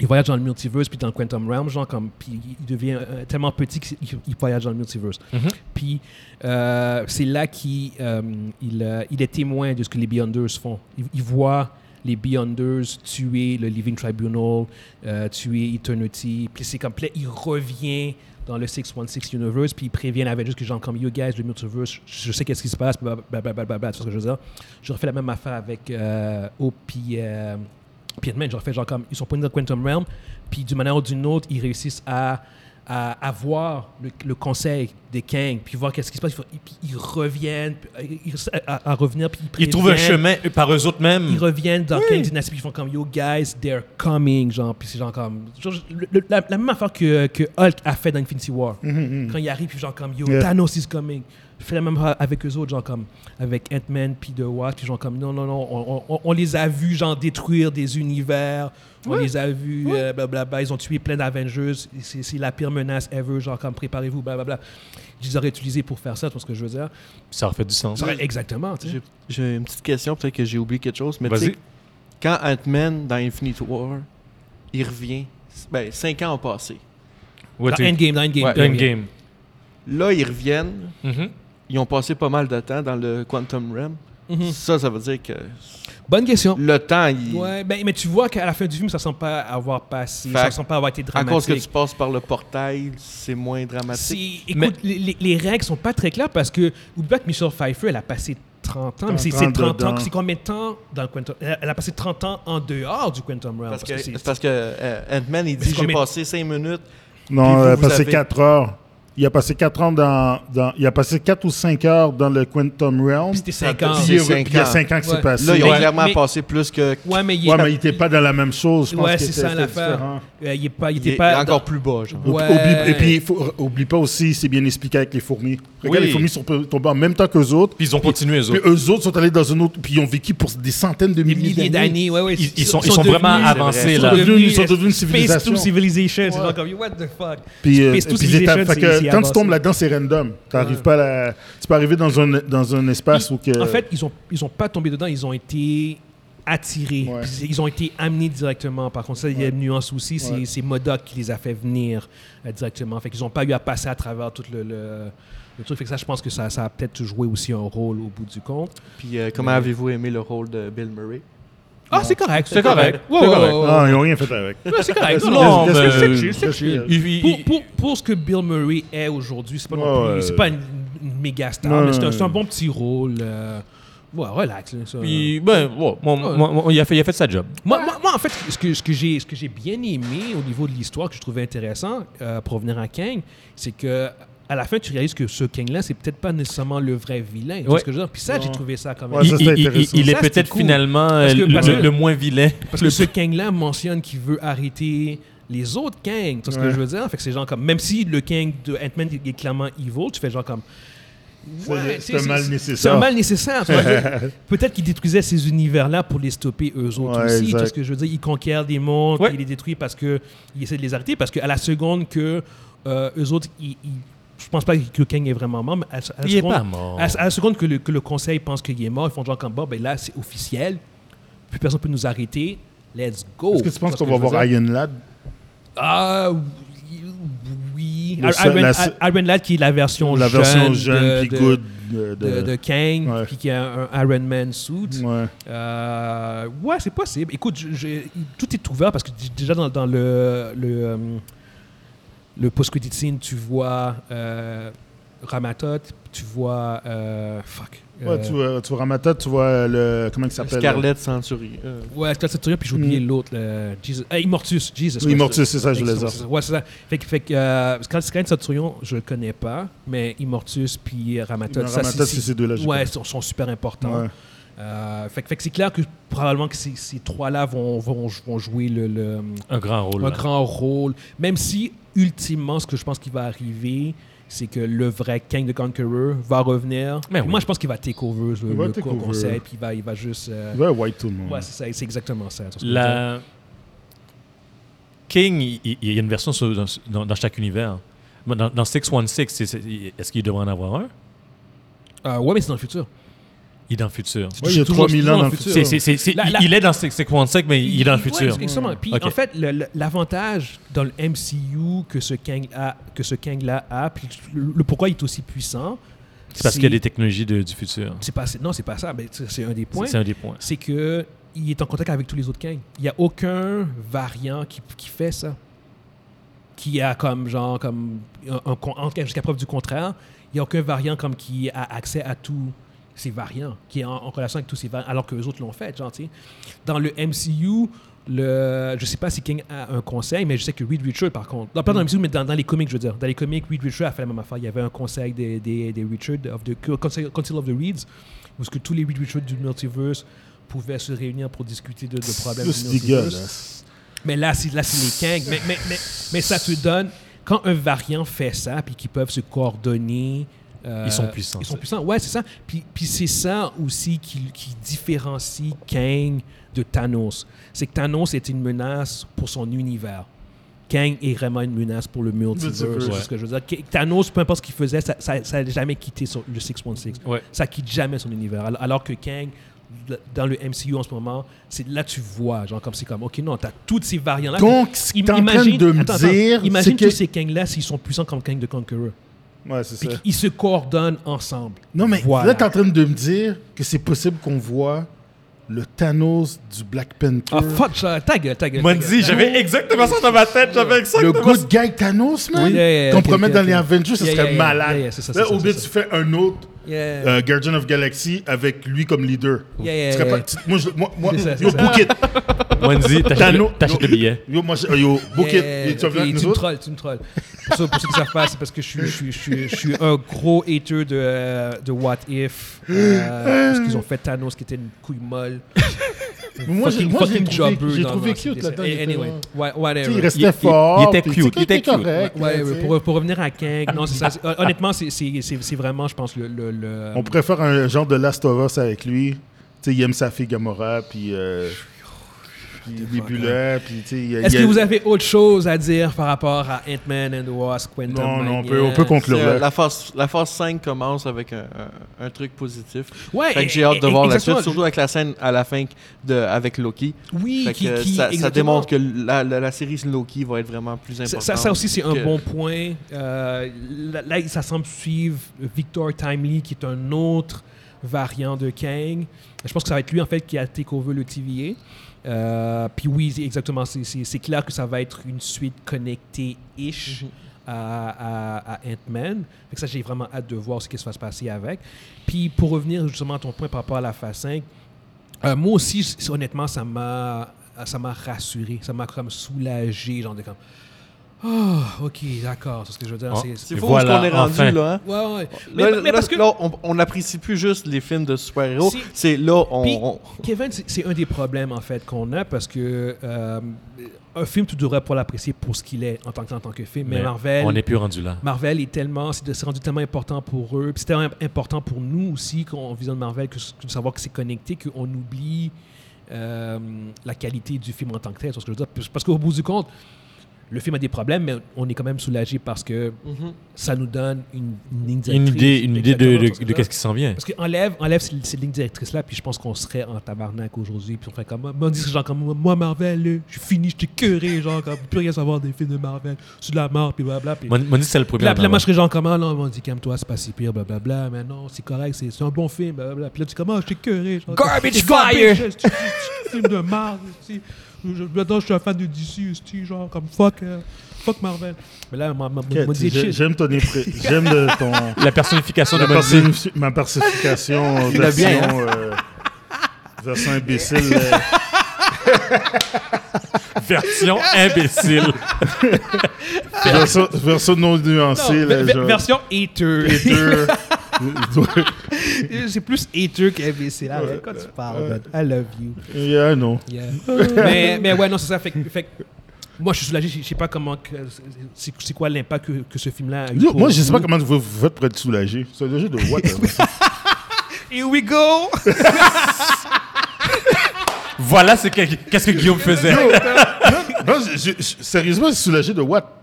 Il voyage dans le multiverse, puis dans le Quantum Realm, genre comme. Puis il devient euh, tellement petit qu'il il voyage dans le multiverse.
Mhm.
Puis euh, c'est là qu'il euh, il, euh, il est témoin de ce que les Beyonders font. Il, il voit les Beyonders tuer le Living Tribunal, euh, tuer Eternity. Puis c'est comme, puis là, il revient dans le 616 Universe, puis il prévient avec juste que genre comme, yo guys, le multiverse, je sais qu'est-ce qui se passe, blablabla, tu vois ce que je veux dire. J'aurais fait la même affaire avec euh, Hope, puis... euh, puis Ant-Man, j'aurais fait genre comme, ils sont poignés dans le Quantum Realm, puis d'une manière ou d'une autre, ils réussissent à, à, à voir le, le conseil des Kang, puis voir qu'est-ce qui se passe, puis puis ils reviennent, puis, euh, ils réussissent à, à- à revenir, puis ils
Ils trouvent un
préviennent,
chemin eux, par eux autres mêmes.
Ils reviennent dans Kang Dynasty, puis ils font comme, yo guys, they're coming, genre, puis c'est genre comme, genre, le- le- la, la même affaire que, que Hulk a fait dans Infinity War. Quand il arrive, puis genre comme, yo,
Yeah.
Thanos is coming. Je fais la même affaire avec eux autres, genre comme, avec Ant-Man, puis The Wasp, puis genre comme, non, non, non, on, on- on les a vus, genre, détruire des univers, on les a vus, euh, blablabla, ils ont tué plein d'Avengers, c'est c'est la pire menace ever, genre comme, préparez-vous, blablabla. Je les aurais utilisés pour faire ça, tu vois ce que je veux dire?
Ça refait du sens.
Ça aurait- exactement, tu sais.
J'ai- J'ai une petite question, peut-être que j'ai oublié quelque chose, mais tu
Vas-y.
sais, quand Ant-Man dans Infinity War, il revient, ben, 5 ans ont passé.
Ouais,
Dans
t'es-
Endgame, dans Endgame.
Ouais,
dans
Endgame.
Là, ils reviennent,
Mm-hmm.
Mhm.
ils ont passé pas mal de temps dans le Quantum Realm.
Mhm.
Ça, ça veut dire que
Bonne question.
le temps, il...
Ouais, ben, mais tu vois qu'à la fin du film, ça semble pas avoir passé,
Fait
ça
que-
semble pas avoir été
à
dramatique.
cause que tu passes par le portail, c'est moins dramatique.
C'est- Écoute, les, les- les règles sont pas très claires parce que oublie pas que Michelle Pfeiffer, elle a passé 30 ans, mais c'est
Trente ans
c'est 30 ans,
dedans.
c'est combien de temps dans le Quantum Elle a- elle a passé 30 ans en dehors du Quantum Realm.
Parce que,
c'est-
parce que euh, Ant-Man, il
c'est
dit « J'ai
combien-
passé 5 minutes. Puis
Non,
vous,
il a
vous
passé
avez-
4 heures. Il a passé 4 ans dans, dans- Il a passé 4 ou 5 heures dans le Quantum Realm.
puis c'était 5 ans.
c'est-
Puis il est
cinq
re- il y a
ans.
5 ans que
Ouais.
c'est passé. »
Là, ils ont
Ouais.
clairement
Mais-
passé plus que...
Ouais, mais il
Ouais,
est-
mais il n'était pas dans la même chose. Je pense
Ouais,
que
c'est
c'était-
ça
c'était
l'affaire.
différent.
Euh, Il est pas, il
Il
était
est
pas dans-
encore plus bas, genre.
Ou-
Ouais.
oublie- et puis, il faut- oublie pas aussi, c'est bien expliqué avec les fourmis. Regarde,
Oui.
les fourmis sont pe- tombées en même temps qu'eux autres.
Puis ils ont continué, eux
Puis
autres.
eux autres sont allés dans une autre. Puis ils ont vécu pour des centaines de
des
milliers,
milliers d'années. Ouais, ouais,
Ils- ils sont- ils sont vraiment avancés,
ils sont
là.
devenus-
Devenus- ils sont devenus une
Space
civilisation.
to civilization. C'est genre comme, what the fuck?
Puis, euh,
Space to
puis les étapes.
civilization,
Fait
c'est-
que
c'est
quand tu
avancé.
tombes là-dedans, c'est random. T'arrives pas à la- Tu peux arriver dans un, dans un espace où. Que...
En fait, ils ont, ils ont pas tombé dedans, ils ont été attirés.
Ouais.
Puis Ils ont été amenés directement. Par contre, ça, il y a une nuance aussi, c'est
Ouais.
c'est Modoc qui les a fait venir euh, directement. Fait qu'ils n'ont pas eu à passer à travers tout le, le, le truc. Fait que ça, je pense que ça, ça a peut-être joué aussi un rôle au bout du compte.
Puis euh, comment avez-vous aimé le rôle de Bill Murray?
Ah, c'est correct.
C'est correct.
Ouais,
C'est
ouais,
correct.
ouais, ouais.
non, Ah, ils n'ont rien fait avec.
Ouais, c'est correct.
Non,
Laisse- laisse-
mais-
laisse chier, laisse chier.
Ils-
Pour,
ils-
pour, pour ce que Bill Murray est aujourd'hui, c'est pas, non
Ouais.
plus- c'est pas une, une méga star,
Non,
mais c'est
non,
un, c'est un
non.
bon petit rôle. euh, ouais, relax. là, ça.
Puis, ben, ouais, mon- mon- mon- il, a fait, il a fait sa job.
Moi, moi, moi, en fait, ce que, ce que j'ai ce que j'ai bien aimé au niveau de l'histoire que je trouvais intéressant euh, pour revenir à Kang, c'est que à la fin, tu réalises que ce Kang-là, c'est peut-être pas nécessairement le vrai vilain. Tu vois
Ouais.
ce que je veux dire? Puis ça, j'ai trouvé ça quand même.
Ouais,
Il,
Ah, ça, c'est
il- il-
intéressant.
il est
Ça, c'était
peut-être
cool.
finalement
Parce que-
euh, le,
parce
le-
que-
le moins vilain.
Parce que ce Kang-là mentionne qu'il veut arrêter les autres Kang. Tu vois ce que
Ouais.
je veux dire? Fait que c'est genre comme, même si le Kang de Ant-Man est- est clairement evil, tu fais genre comme. ouais,
c'est un mal nécessaire.
C'est un mal nécessaire. tu vois. Je- Peut-être qu'ils détruisaient ces univers-là pour les stopper eux autres
Ouais,
aussi. Tu vois
exact.
ce que je veux dire? Ils conquièrent des mondes,
Ouais.
puis ils les détruisent parce qu'ils essaient de les arrêter. Parce qu'à la seconde que euh, eux autres, ils, ils je pense pas que Kang est vraiment mort, mais à, à la
Il est
seconde-
pas mort.
à- à la seconde que le, que le conseil pense qu'il est mort, ils font genre comme bah, ben là, c'est officiel, plus personne peut nous arrêter, let's go.
Est-ce que tu penses
Oh. Parce
qu'on va
je veux
voir
dire-
Iron Lad
Ah, oui.
Le
Ar-
seul-
Iron,
la se-
Ar- Iron Lad qui est la version
La
jeune.
version jeune,
de-
puis
de-
good. euh,
De, de Kang,
Ouais.
puis qui a un Iron Man suit.
Ouais.
Euh, ouais, c'est possible. Écoute, je- je- tout est ouvert parce que d- déjà dans, dans le, le, euh, le post-credit scene, tu vois euh, Ramatot, tu vois. euh, fuck.
Ouais, tu vois, tu vois Ramata, tu vois euh, le. Comment il s'appelle
Scarlett Century. euh,
Ouais, Scott Centurion, puis j'ai oublié l'autre, le Jesus. ah, Immortus, Jesus.
Hmm. Oui,
Christ.
Immortus, c'est ça, je
Ouais,
les ai.
c'est ça. Ouais, c'est ça. Fait que, fait que euh, Scott Scott Centurion, je le connais pas, mais Immortus puis Ramatot, ça,
Euh, Ramata,
c'est-
c'est ces deux-là. je
Ouais,
connais.
sont, sont super importants.
Ouais.
Euh, fait, que- fait que c'est clair que probablement que ces, ces trois-là vont, vont, vont jouer le, le-
Un grand rôle.
un
là.
grand rôle. Même si, ultimement, ce que je pense qui va arriver, c'est que le vrai King de Conqueror va revenir.
Mais
Puis
Ben oui.
Moi, je pense qu'il va take over le,
Il va
le
take
co-
over.
conseil, puis il va, il va juste. euh,
Ouais, White Toon.
ouais, c'est ça, c'est exactement ça. tu vois ce que je veux dire?
Hmm. La... King, il, il- il y a une version sur- dans, dans- dans chaque univers. Mais Dans, dans 616, c'est- c'est- est-ce qu'il devrait en avoir un
Euh, ouais, mais c'est dans le futur.
Il est dans le futur.
C'est
Ouais, il y a
toujours-
3000
toujours
ans dans le futur.
C'est- c'est- c'est- c'est-
La-
il-
la-
Il est dans 616, mais il est dans le
Ouais,
futur.
exactement. Puis
Ok.
en fait, le- le- l'avantage dans le MCU que ce Kang a, que ce Kang là a, puis le, le pourquoi il est aussi puissant,
C'est parce qu'il y a des technologies de- du futur.
c'est pas- c'est- non, c'est pas ça, mais c'est c'est un des
C'est
points.
c'est un des points.
C'est que il est en contact avec tous les autres Kang. Il n'y a aucun variant qui, qui fait ça. Qui a comme genre comme un- un con- en tout cas, jusqu'à preuve du contraire, il n'y a aucun variant comme qui a accès à tous ces variants, qui est en, en relation avec tous ces variants, alors que les autres l'ont fait, genre, tu sais. Dans le MCU, le, je sais pas si King a un conseil, mais je sais que Reed Richards, par contre, non, pas dans le MCU, mais dans, dans les comics, je veux dire. Dans les comics, Reed Richards a fait la même affaire. Il y avait un conseil des, des, des Richards, of the, Council, Council of the Reeds, où ce que tous les Reed Richards du multiverse pouvaient se réunir pour discuter de, de problèmes
C'est
du multiverse.
dégueulasse.
Mais là, c'est là, c'est les Kang. Mais, mais, mais, mais ça te donne. Quand un variant fait ça, puis qu'ils peuvent se coordonner. euh,
Ils sont puissants,
Ils sont
ça.
puissants, ouais, c'est ça. Puis, puis c'est ça aussi qui, qui différencie Kang de Thanos. C'est que Thanos est une menace pour son univers. Kang est vraiment une menace pour le multiverse.
Multiverse,
C'est ce que je veux dire. K- Thanos, peu importe ce qu'il faisait, ça ça- ça n'a jamais quitté son- le 616
Ouais.
ça quitte jamais son univers. Al- Alors que Kang, l- dans le MCU en ce moment, c'est là tu vois, genre comme c'est comme, ok non, t'as toutes ces variants là.
Donc, ce que t'es en train de me dire, c'est
imagine tous
que.
ces Kang là s'ils sont puissants comme Kang de Conqueror,
Ouais, c'est
puis
ça.
qu'ils se coordonnent ensemble.
Non, mais
Voilà.
là, t'es en train de me dire que c'est possible qu'on voit le Thanos du Black Panther.
ah fuck, ça, ta gueule, ta gueule. ta gueule.
Mondi, j'avais exactement ça dans ma tête. J'avais
le
exactement
good guy Thanos, man,
Oui. Yeah, yeah,
qu'on
ok,
promet
ok,
dans
ok.
les Avengers, ce
Yeah,
serait
yeah, yeah,
malade.
yeah, yeah, c'est ça, c'est
Là,
ça,
au
c'est
lieu,
ça.
tu fais un autre
Yeah.
euh, Guardian of Galaxy avec lui comme leader.
Yeah, yeah,
Tu serais
yeah.
pas- tu- moi, je- moi, moi,
C'est ça, c'est
yo,
ça.
book it.
Mondi, t'achètes
Thanos.
le- t'achètes le billet.
Yo, moi, je- yo, book
Yeah,
it. Tu vas
ok,
venir
tu
avec nous
me
autres?
trolls, tu me trolls. Pour ceux, pour ceux qui savent pas, c'est parce que je suis, je suis, je suis, je suis un gros hater de, euh, de What If, euh, parce qu'ils ont fait Thanos qui était une couille molle.
Mais Moi, j'ai
fucking,
moi, j'ai
fucking
trouvé,
jobber
j'ai
dans-
trouvé
dans-
cute
dans-
là-dedans. il était-
Anyway,
Tu
ouais,
sais, Il
whatever.
restait
Il- il-
fort.
il était
puis
cute,
tu sais,
il était
qu'il
cute.
correct, là,
Ouais,
tu
ouais,
sais.
pour, pour revenir à Kang, non, c'est ça. c'est- hon- Honnêtement, c'est- c'est c'est- c'est vraiment, je pense, le. le, le-
On préfère un genre de Last of Us avec lui. Tu sais, il aime sa fille Gamora, puis. euh, puis Nebula, puis tu sais. il y a-
Est-ce
il y
que
a-
vous avez autre chose à dire par rapport à Ant-Man and the Wasp, Quantum
Non, non, on peut, on peut conclure
c'est, euh,
là.
la, phase, la phase 5 commence avec un, un- un truc positif.
Ouais,
Fait que
et-
j'ai hâte de
et-
voir la
exactement.
suite, surtout avec la scène à la fin de, avec Loki.
Oui,
Fait
qui,
que
qui-
ça, ça
exactement.
démontre que la, la- la série Loki va être vraiment plus
Ça,
importante.
ça, ça aussi, c'est un
que-
bon point. Euh, là, là, ça semble suivre Victor Timely, qui est un autre variant de Kang. Je pense que ça va être lui, en fait, qui a take over le TVA. Euh, Puis oui, c'est exactement. c'est- C'est c'est clair que ça va être une suite connectée-ish
Mm-hmm.
à, à- à Ant-Man. Fait que Ça, j'ai vraiment hâte de voir ce qui se va se passer avec. Puis pour revenir justement à ton point par rapport à la phase 5, euh, moi aussi, c- honnêtement, ça m'a ça m'a rassuré, ça m'a comme soulagé, genre de comme ah ok d'accord, c'est ce que je veux dire.
Ah.
c'est-
C'est
Et
fou
voilà,
ce qu'on est rendu
enfin.
là. hein.
Ouais, ouais. Mais,
Là,
mais
là,
parce que
là, on- on n'apprécie plus juste les films de super-héros.
Si-
C'est là, on,
Puis,
on-
Kevin, c'est- c'est un des problèmes en fait qu'on a parce que euh, un film, tu devrais pour l'apprécier pour ce qu'il est en tant que, en tant que film. Mais,
Mais
Marvel,
On n'est plus rendu là.
Marvel est tellement, c'est de- c'est rendu tellement important pour eux, puis c'est tellement important pour nous aussi quand on visionne Marvel que, que de savoir que c'est connecté, qu'on oublie euh, la qualité du film en tant que tel. tu vois ce que je veux dire. Parce- Parce qu'au bout du compte, le film a des problèmes, mais on est quand même soulagé parce que ça nous donne une, une ligne
Une
directrice,
idée, une idée de,
exactement,
de,
parce que
de
là-
qu'est-ce qui s'en vient.
Parce qu'enlève enlève ces, ces lignes directrices-là, puis je pense qu'on serait en tabarnak aujourd'hui, puis on ferait comme... Moi, on dit genre comme, moi, Marvel, là, je suis fini, je t'ai curé, genre, comme, plus rien savoir des films de Marvel, c'est de la mort, puis blablabla. Puis,
Mon- Monique, c'est le
puis
premier.
là, puis là,
à
moi,
l'avoir.
je serais genre comme, ah non, on dit, calme-toi, c'est pas si pire, blablabla, mais non, c'est correct, c'est c'est un bon film, blablabla. Puis là, tu commences, je t'ai curé. Genre,
Garbage
C'est
fire!
c'est- c'est- c'est- film de merde, c'est- je- Maintenant, je suis un fan de DC, c'est- genre, comme, fuck, euh, fuck Marvel. Mais là, m'a m'a- m'a dit,
J'ai-
shit.
J'aime ton impré- j'aime le- ton
La personnification de
ma,
Monique.
persi- ma persification
Il l'a bien,
version,
hein.
euh, version imbécile. euh.
Version imbécile.
version, version non
Non,
nuancée. là,
ver- ver-
genre,
version hater.
les deux.
C'est plus hater qu'imbécile. Arrête, quand tu parles, man. I love you.
yeah, non.
Yeah. mais, mais ouais, non, c'est ça. Fait, que- fait que moi, je suis soulagé. Je je sais pas comment. que- C'est c'est quoi l'impact que, que ce film-là a eu.
Yo,
pour
moi, je sais pas
vous.
comment vous vous faites pour être soulagé. C'est un jeu de what? hein.
Here we go!
Voilà ce que- qu'est-ce que Guillaume faisait.
non, je- je- je- sérieusement, c'est soulagé de what?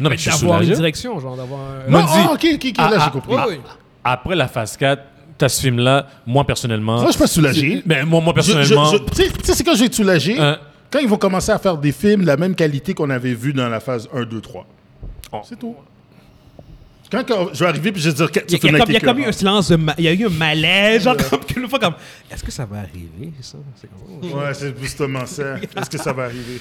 Non, mais je suis
D'avoir une
soulagé.
direction, genre d'avoir. un-
Moi,
Non,
dis-
ah, ok, ok, ok, là,
Ah,
j'ai
ah,
compris.
Ouais,
Moi,
ouais.
Après la phase 4, t'as ce film-là, moi personnellement.
je suis pas soulagé.
Mais moi, moi
Je- je-
personnellement.
je- Tu sais- tu sais, c'est quand je vais être soulagé,
Hein.
quand ils vont commencer à faire des films de la même qualité qu'on avait vu dans la phase 1, 2, 3. C'est tout. Quand, quand je vais arriver puis je vais dire, que-
Oh. Il y a- il
ce
y
film-là
a, comme- il y a
était
comme eu
écœurant.
un silence, de ma- il y a eu un malaise, genre comme que le fois comme. Est-ce que ça va arriver, ça? C'est comme, oh.
Ouais, c'est justement ça. Est-ce que ça va arriver?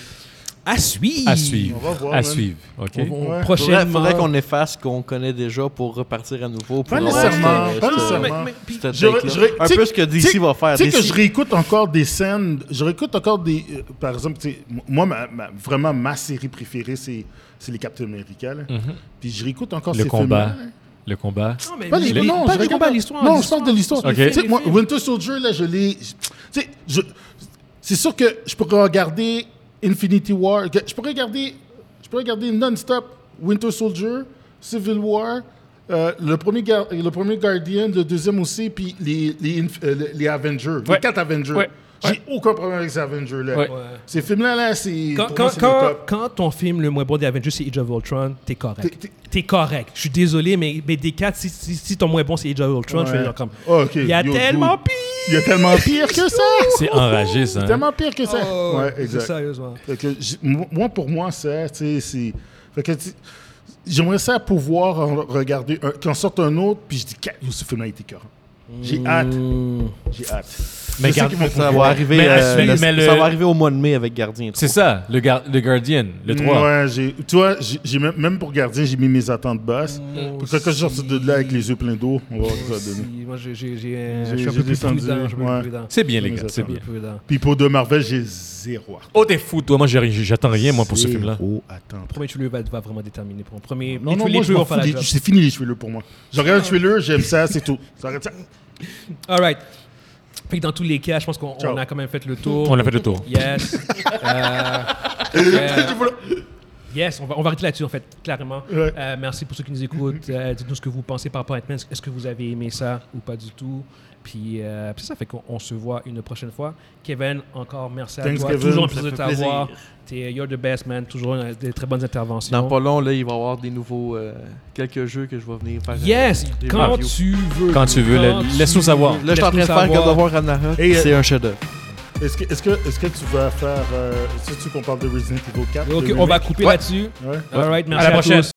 À suivre!
À suivre.
On va voir,
à
man.
suivre. OK.
On-
Ouais.
Faudrait,
Prochainement.
faudrait qu'on efface ce qu'on connaît déjà pour repartir à nouveau. Pour
Pas
avoir
nécessairement,
cette-
pas
cette-
nécessairement.
Mais- mais- puis-
cette
Je-
take-là.
je- tu
un
sais-
peu ce que
tu
DC
sais-
va faire.
Tu sais que
DC
je réécoute encore des scènes, je réécoute encore des. euh, par exemple, tu sais, m- moi, ma- ma- vraiment, ma série préférée, c'est c'est les Captain America. là. Puis je réécoute encore
Mhm. Le
ces
combat.
films.
Le combat.
Non, mais
Pas les,
mais-
non,
pas
je
du
regarde
combat,
pas-
l'histoire.
Non, je parle de l'histoire.
Ok.
Tu sais, moi, Winter Soldier, là, je l'ai. je- Tu sais, je- c'est sûr que je pourrais regarder Infinity War. que- Je pourrais regarder, je pourrais regarder non-stop Winter Soldier, Civil War, euh, le, premier gar- le premier Guardian, le deuxième aussi, puis les, les, inf- euh, les Avengers, les
Ouais.
quatre Avengers.
Ouais.
J'ai aucun problème avec ces Avengers-là.
Ouais.
Ces films-là, là, c'est.
Quand,
pour
quand,
moi, c'est le
quand,
top.
quand ton film le moins bon des Avengers, c'est Age of Ultron, t'es
T'es-
correct.
t'es-
T'es correct. Je suis désolé, mais, mais des quatre, si, si, si ton moins bon, c'est Age of Ultron, je
Ouais.
fais genre comme...
Ah, ok.
Il y a
Yo,
tellement
dude.
pire!
Il y a tellement pire que ça!
C'est enragé, ça. hein.
tellement pire que ça!
Oh,
ouais,
c'est
exact.
Sérieusement.
Fait que j- mo- moi, pour moi, ça, tu sais, c'est. fait que, tu- J'aimerais ça pouvoir en regarder, un, qu'en sorte un autre, puis je dis, Cat, yo, ce film a été écœurant. J'ai hâte,
Hmm.
j'ai hâte.
Mais
Je sais
garde-
qu'ils vont
Ça
pouvoir.
va, arriver,
Mais à
euh,
suivre,
le-
mais le-
ça va arriver au mois de mai avec Gardien.
C'est ça, le, gar- le Guardian, le 3.
Mm, Ouais, j'ai, tu vois, j'ai, j'ai même, même pour gardien, j'ai mis mes attentes basses. Pour que quand je sorte de là avec les yeux pleins d'eau, on va voir ce que ça va donner.
Si, Moi, j'ai- j'ai- j'ai, euh,
J'ai-
je suis un
j'ai
peu plus
descendu,
prudent. Je suis un peu
ouais.
plus prudent.
C'est bien, les
Oui,
gars,
ça,
c'est
ça.
Je suis
bien.
un peu plus prudent.
Puis pour de Marvel, j'ai zéro attente.
Oh, t'es fou, toi. Moi, j'ai ri- j'attends rien, moi, pour ce film-là.
Zéro attente.
Premier trailer va, va vraiment déterminer. Pour premier,
Non,
les
non,
trailers
moi, je
vont
m'en
faire
fous
la
des- Ah.
job.
c'est fini les cheveux pour moi. Je regarde le trailer, j'aime ça, c'est tout. Ça arrête ça.
All right. Fait que dans tous les cas, je pense qu'on
Ciao.
on a quand même fait le tour.
On a fait le tour.
Yes. Euh, euh, yes, on va, on va arrêter là-dessus, en fait, clairement.
Ouais.
Euh, merci pour ceux qui nous écoutent. Euh, Dites-nous ce que vous pensez par rapport à Ant-Man. Est-ce que vous avez aimé ça ou pas du tout? Puis, euh, puis ça fait qu'on on se voit une prochaine fois. Kevin, encore merci à
Thanks,
toi.
Kevin.
Toujours un
Ça
plaisir de
fait plaisir.
t'avoir. T'es- You're the best, man. Toujours euh, des très bonnes interventions.
Dans pas long, là, il va y avoir des nouveaux. euh, quelques jeux que je vais venir faire. euh,
Yes,
des
quand
reviews.
tu veux.
Quand tu veux,
Quand
la-
tu
laisse-nous
veux.
savoir.
Là, je suis en train de
Laisse-nous
faire God
savoir.
of War Ragnarok.
Et, euh,
C'est un chef-d'œuvre.
Est-ce que, est-ce, que, est-ce que tu vas faire. Euh, sais-tu qu'on parle de Resident Evil 4
Ok,
le
on va
remake?
couper
Ouais.
là-dessus.
Ouais.
All right, merci
À la
à
prochaine.
tous.